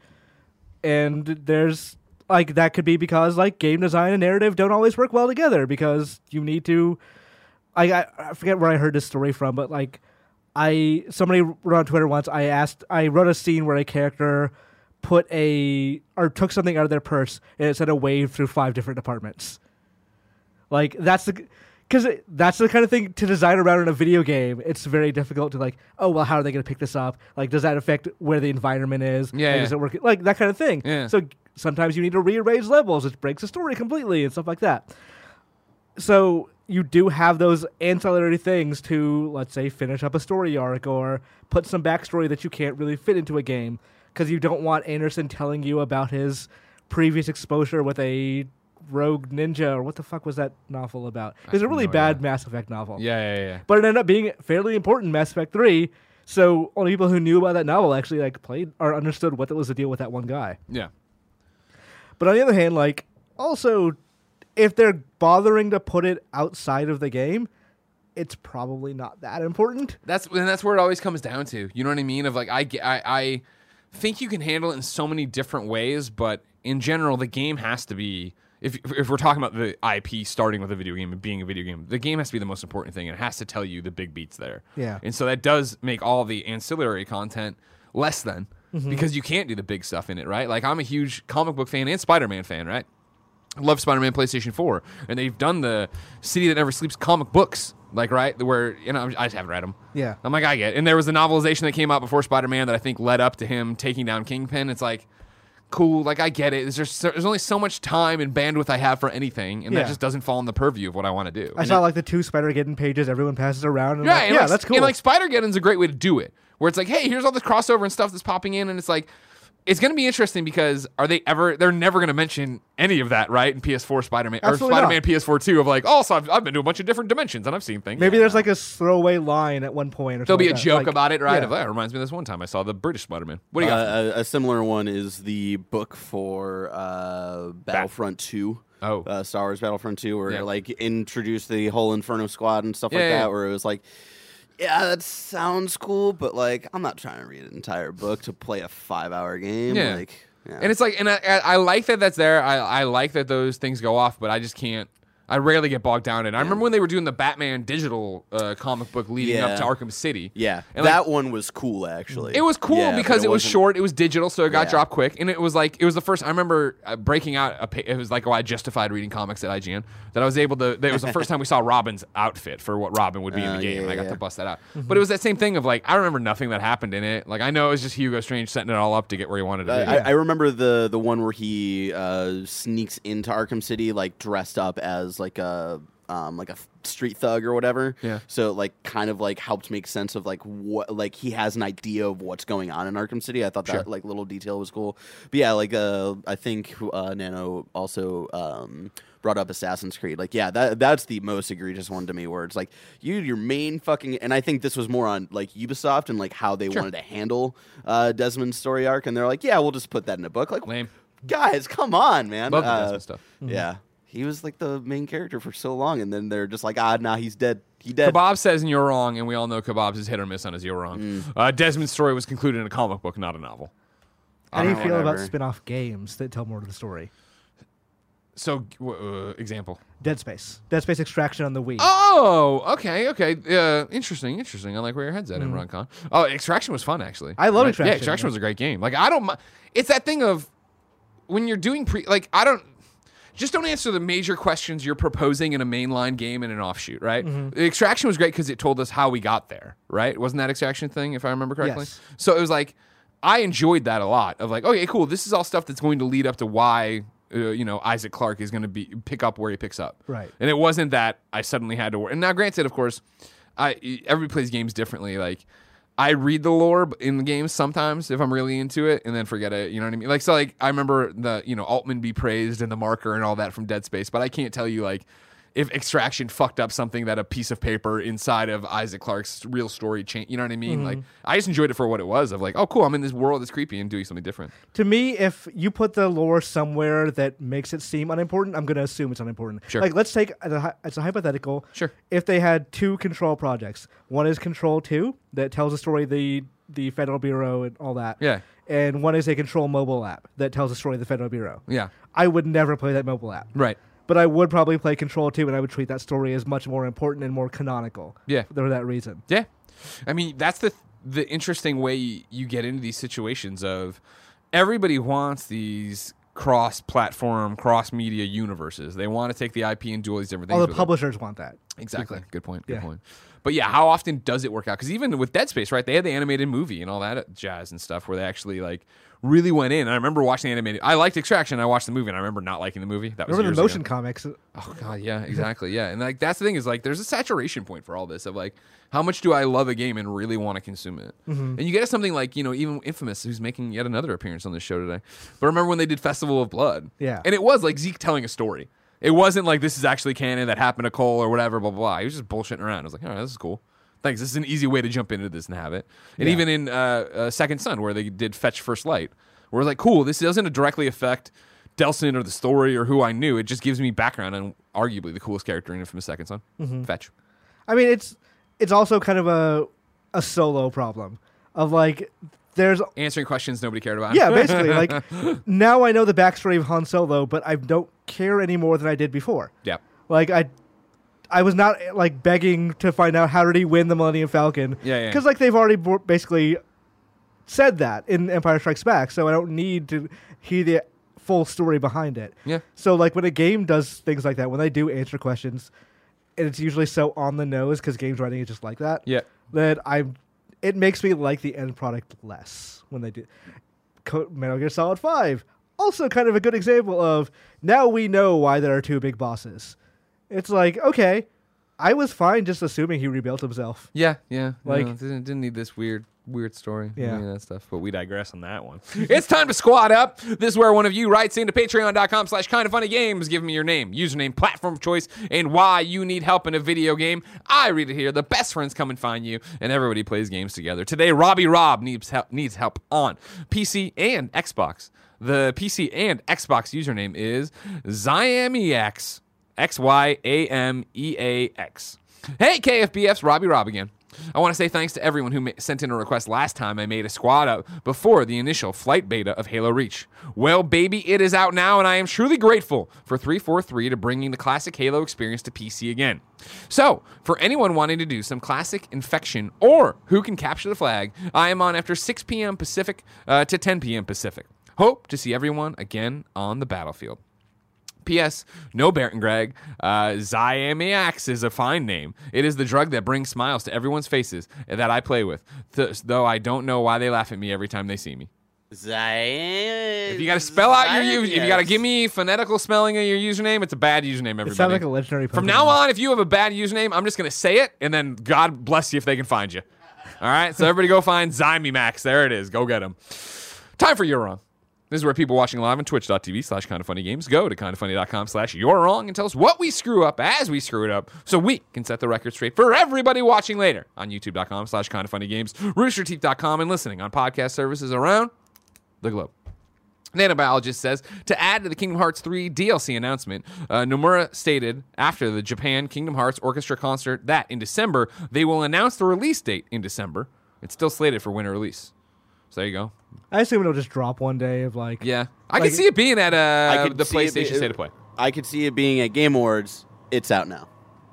And there's like that could be because like game design and narrative don't always work well together because you need to I, I I forget where I heard this story from, but like I somebody wrote on Twitter once. I asked I wrote a scene where a character put a or took something out of their purse and it sent a wave through five different departments. Like that's the because that's the kind of thing to design around in a video game. It's very difficult to like, oh well, how are they going to pick this up? Like, does that affect where the environment is? Yeah, Like, yeah. Does it work? Like that kind of thing. Yeah. So sometimes you need to rearrange levels. It breaks the story completely and stuff like that. So you do have those ancillary things to, let's say, finish up a story arc or put some backstory that you can't really fit into a game because you don't want Anderson telling you about his previous exposure with a rogue ninja or what the fuck was that novel about? It was a really bad Mass Effect novel. Yeah, yeah, yeah. But it ended up being fairly important Mass Effect 3. So only people who knew about that novel actually like played or understood what was the deal with that one guy. Yeah. But on the other hand, like also, if they're bothering to put it outside of the game, it's probably not that important. That's and that's where it always comes down to. You know what I mean? Of like I ge- I, I think you can handle it in so many different ways, but in general, the game has to be. If, if we're talking about the IP starting with a video game and being a video game, the game has to be the most important thing. And it has to tell you the big beats there. Yeah. And so that does make all the ancillary content less than because you can't do the big stuff in it, right? Like I'm a huge comic book fan and Spider Man fan, right? love Spider-Man PlayStation 4, and they've done the City That Never Sleeps comic books, like right where you know I just haven't read them. Yeah. I'm like I get, it. and there was a novelization that came out before Spider-Man that I think led up to him taking down Kingpin. It's like cool, like I get it. There's just so, there's only so much time and bandwidth I have for anything, and Yeah. that just doesn't fall in the purview of what I want to do. I saw like the two Spider Geddon pages everyone passes around. And I'm Yeah, like, and yeah, like, that's cool. And like Spider Geddon's a great way to do it, where it's like, hey, here's all this crossover and stuff that's popping in, and it's like, it's going to be interesting because are they ever? They're never going to mention any of that, right? In PS4 Spider Man or Absolutely Spider Man not. PS4 two of like, also I've, I've been to a bunch of different dimensions and I've seen things. Maybe there's like a throwaway line at one point. Or there'll be a something like that. joke Like, about it, right? yeah. Of that reminds me of this one time I saw the British Spider Man. What do you got? Uh, a, a similar one is the book for uh, Battlefront 2. Oh. Uh, Star Wars Battlefront 2, where Yeah. like introduced the whole Inferno Squad and stuff Yeah, like yeah, that, yeah. where it was like, yeah, that sounds cool, but like, I'm not trying to read an entire book to play a five hour game. Yeah. Like, yeah. And it's like, and I, I I like that that's there. I, I like that those things go off, but I just can't. I rarely get bogged down in. it. I remember when they were doing the Batman digital uh, comic book leading Yeah. up to Arkham City. yeah, And, like, that one was cool actually. It was cool Yeah, but because it, was wasn't- short. It was digital, so it got Yeah. dropped quick, and it was like it was the first. I remember uh, breaking out. A pa- it was like oh, I justified reading comics at IGN that I was able to. That it was the first time we saw Robin's outfit for what Robin would be in Oh, the game, yeah, and I got yeah. to bust that out. But it was that same thing of like I remember nothing that happened in it. Like I know it was just Hugo Strange setting it all up to get where he wanted to I, be. Uh, I- I remember the the one where he uh, sneaks into Arkham City like dressed up as like a um, like a f- street thug or whatever. Yeah. So it, like kind of like helped make sense of like what like he has an idea of what's going on in Arkham City. I thought that Sure. like little detail was cool. But yeah, like uh, I think uh, Nano also. Um, Brought up Assassin's Creed, like yeah, that that's the most egregious one to me. Where it's like you, your main fucking, and I think this was more on like Ubisoft and like how they wanted to handle uh, Desmond's story arc, and they're like, yeah, we'll just put that in a book. Like, Lame. guys, come on, man. Uh, Love the Desmond stuff. Yeah, he was like the main character for so long, and then they're just like, ah, nah, he's dead. He dead. Kebab says and you're wrong, and we all know Kebab's is hit or miss on his you're wrong. Mm. Uh, Desmond's story was concluded in a comic book, not a novel. How do you Ah, feel about whatever. spin-off games that tell more of the story? So uh, example. Dead Space, Dead Space Extraction on the Wii. Oh, okay, okay. Uh, interesting, interesting. I like where your head's at in in RunCon. Oh, Extraction was fun actually. Mm. I love Yeah, Extraction. Extraction was a great game. Like I don't. mi- It's that thing of when you're doing pre. Like I don't. Just don't answer the major questions you're proposing in a mainline game and an offshoot, right? Mm-hmm. Extraction was great because it told us how we got there, right? Wasn't that Extraction thing, if I remember correctly? Yes. So it was like I enjoyed that a lot. Of like, okay, cool. This is all stuff that's going to lead up to why uh, you know Isaac Clark is going to be pick up where he picks up. Right. And it wasn't that I suddenly had to work. And now, granted, of course, I everybody plays games differently. Like I read the lore b- in the games sometimes if I'm really into it, and then forget it. You know what I mean? Like so, like I remember the you know Altman be praised and the marker and all that from Dead Space, but I can't tell you like. If extraction fucked up something that a piece of paper inside of Isaac Clarke's real story chain, you know what I mean? Like, I just enjoyed it for what it was of like, oh, cool, I'm in this world that's creepy and doing something different. to me, if you put the lore somewhere that makes it seem unimportant, I'm going to assume it's unimportant. Sure. Like, let's take as a, hy- as a hypothetical. Sure. If they had two control projects, one is Control Two that tells the story of the the Federal Bureau and all that. Yeah. and one is a control mobile app that tells a story of the Federal Bureau. Yeah. I would never play that mobile app. Right. But I would probably play Control 2 and I would treat that story as much more important and more canonical. Yeah. For that reason. Yeah, I mean that's the the interesting way you, you get into these situations of everybody wants these cross-platform, cross-media universes. They want to take the IP and do all these different things. All the with it. publishers want that. Exactly. Good point. Good Yeah. point. But yeah, how often does it work out? Because even with Dead Space, right? They had the animated movie and all that uh, jazz and stuff, where they actually like really went in. And I remember watching the animated. I liked Extraction. I watched the movie, and I remember not liking the movie. That was Remember years the ago. motion comics? Oh god, yeah, exactly, yeah, and like that's the thing is like there's a saturation point for all this of like how much do I love a game and really want to consume it, and you get something like you know even Infamous who's making yet another appearance on this show today, but remember when they did Festival of Blood, Yeah. and it was like Zeke telling a story, it wasn't like this is actually canon that happened to Cole or whatever, blah blah. blah. He was just bullshitting around. I was like, all right, this is cool. Thanks. This is an easy way to jump into this and have it. And even in uh, uh, Second Son, where they did Fetch First Light, where it's like, cool, this doesn't directly affect Delson or the story or who I knew. It just gives me background on arguably the coolest character in Infamous Second Son, Fetch. I mean, it's it's also kind of a a solo problem of like there's Answering questions nobody cared about. yeah basically like now I know the backstory of Han Solo, but I don't care any more than I did before. yeah. Like I, I was not like begging to find out how did he win the Millennium Falcon. Yeah, yeah. Because like they've already bo- basically said that in Empire Strikes Back, so I don't need to hear the full story behind it. Yeah. So like when a game does things like that, when they do answer questions, and it's usually so on the nose because games writing is just like that. Yeah. That I'm, it makes me like the end product less when they do. Co- Metal Gear Solid Five, also kind of a good example of now we know why there are two big bosses. It's like okay, I was fine just assuming he rebuilt himself. Yeah, yeah. Like- no, didn't, didn't need this weird, weird story. Yeah. Any of that stuff. But we digress on that one. it's time to squad up. This is where one of you writes into patreon.com slash kind of funny games. Give me your name, username, platform of choice, and why you need help in a video game. I read it here. The best friends come and find you, and everybody plays games together. Today, Robbie Rob needs help, needs help on PC and Xbox. The PC and Xbox username is Zyamiex. X Y A M E A X. Hey, KFBF's Robbie Rob again. I want to say thanks to everyone who ma- sent in a request last time I made a squad up before the initial flight beta of Halo Reach. Well, baby, it is out now, and I am truly grateful for 343 to bringing the classic Halo experience to PC again. So, for anyone wanting to do some classic infection or who can capture the flag, I am on after 6 p.m. Pacific uh, to 10 p.m. Pacific. Hope to see everyone again on the battlefield. P.S. No Barrett and Greg. Uh, Zyamiax is a fine name. It is the drug that brings smiles to everyone's faces that I play with, th- though I don't know why they laugh at me every time they see me. Zion. If you got to spell out your, u- if you got to give me phonetical spelling of your username, it's a bad username. Everybody. It sounds like a legendary. From Pokemon. now on, if you have a bad username, I'm just gonna say it, and then God bless you if they can find you. All right, so everybody go find Zymimax. There it is. Go get him. Time for You're Wrong. This is where people watching live on twitch.tv slash kind of funny games go to kindoffunny.com slash you're wrong and tell us what we screw up as we screw it up so we can set the record straight for everybody watching later on youtube.com slash kind of funny games, roosterteeth.com, and listening on podcast services around the globe. Nanobiologist says to add to the Kingdom Hearts 3 DLC announcement, uh, Nomura stated after the Japan Kingdom Hearts Orchestra concert that in December they will announce the release date in December. It's still slated for winter release. So there you go. I assume it'll just drop one day of like. Yeah, I Like- could see it being at uh, could the see it PlayStation be- State of Play. I could see it being at Game Awards. It's out now.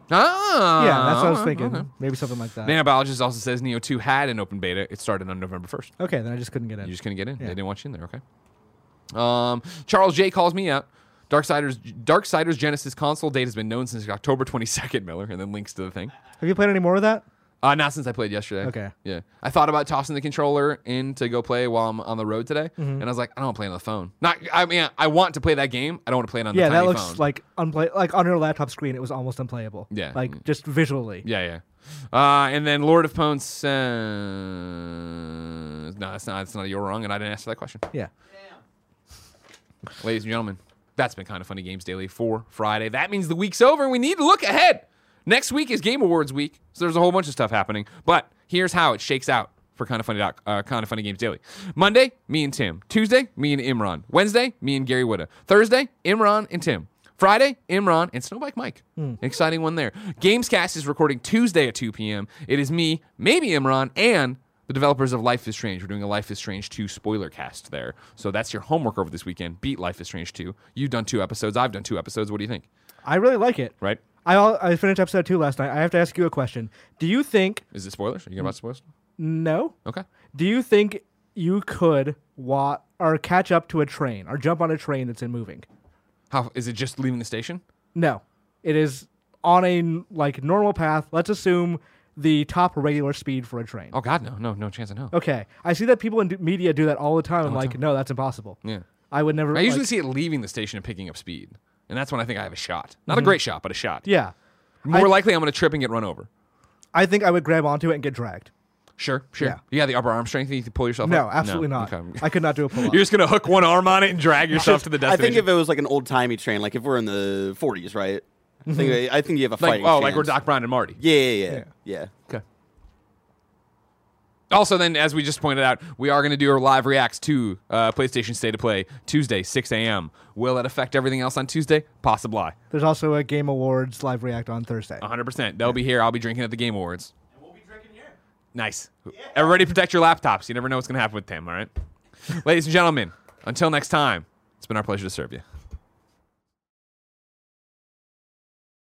Ah, Yeah, that's what I was alright, thinking. okay. Maybe something like that. Nanobiologist also says Neo 2 had an open beta. It started on November 1st. Okay, then I just couldn't get in. You just couldn't get in. They Yeah. didn't want you in there. Okay. Um, Charles J calls me out. Darksiders, Darksiders Genesis console date has been known since October 22nd, Miller, and then links to the thing. Have you played any more of that? Uh, not since I played yesterday. Okay. Yeah. I thought about tossing the controller in to go play while I'm on the road today, Mm-hmm. and I was like, I don't want to play on the phone. Not. I mean, I want to play that game. I don't want to play it on yeah, the that tiny looks phone. like unplay. Like on your laptop screen, it was almost unplayable. Yeah. like Mm. just visually. Yeah, yeah. Uh, and then Lord of Pone says, "No, that's not. That's not. You're wrong." And I didn't answer that question, Yeah. ladies and gentlemen. That's been kind of funny games daily for Friday. That means the week's over, and we need to look ahead. Next week is Game Awards week, so there's a whole bunch of stuff happening. But here's how it shakes out for kind of funny. Doc, uh, kind of funny games daily. Monday, me and Tim. Tuesday, me and Imran. Wednesday, me and Gary Witta. Thursday, Imran and Tim. Friday, Imran and Snowbike Mike. Exciting one there. Gamescast is recording Tuesday at 2 p.m. It is me, maybe Imran, and the developers of Life is Strange. We're doing a Life is Strange 2 spoiler cast there. So that's your homework over this weekend. Beat Life is Strange 2. You've done two episodes. I've done two episodes. What do you think? I really like it. Right? I all, I finished episode two last night. I have to ask you a question. Do you think Is it spoilers? Are you about spoilers? no? Okay. Do you think you could wa- or catch up to a train or jump on a train that's in moving? How is it just leaving the station? No, it is on a n- like normal path. Let's assume the top regular speed for a train. Oh God, no, no, no chance of no. Okay, I see that people in d- media do that all the time. I'm like, no, that's impossible. Yeah. I would never. I usually like- see it leaving the station and picking up speed. And that's when I think I have a shot. Not a great shot, but a shot. yeah, More likely I'm gonna trip and get run over. I think I would grab onto it and get dragged. Sure, sure. Yeah. You got the upper arm strength and you can pull yourself No, up? absolutely not. Okay. I could not do a pull up. You're just gonna hook one arm on it and drag yourself to the I destination. think if it was like an old timey train, like if we're in the 40s, right? I think I think you have a like fighting. oh, like chance. we're Doc Brown and Marty. Yeah, yeah, yeah, yeah. Okay. Also, then, as we just pointed out, we are going to do our live reacts to uh, PlayStation State of Play Tuesday, 6 a.m. Will that affect everything else on Tuesday? Possibly. There's also a Game Awards live react on Thursday. 100%. They'll be here. I'll be drinking at the Game Awards. And we'll be drinking here. Nice. Everybody protect your laptops. You never know what's going to happen with Tim, all right? Ladies and gentlemen, until next time, it's been our pleasure to serve you.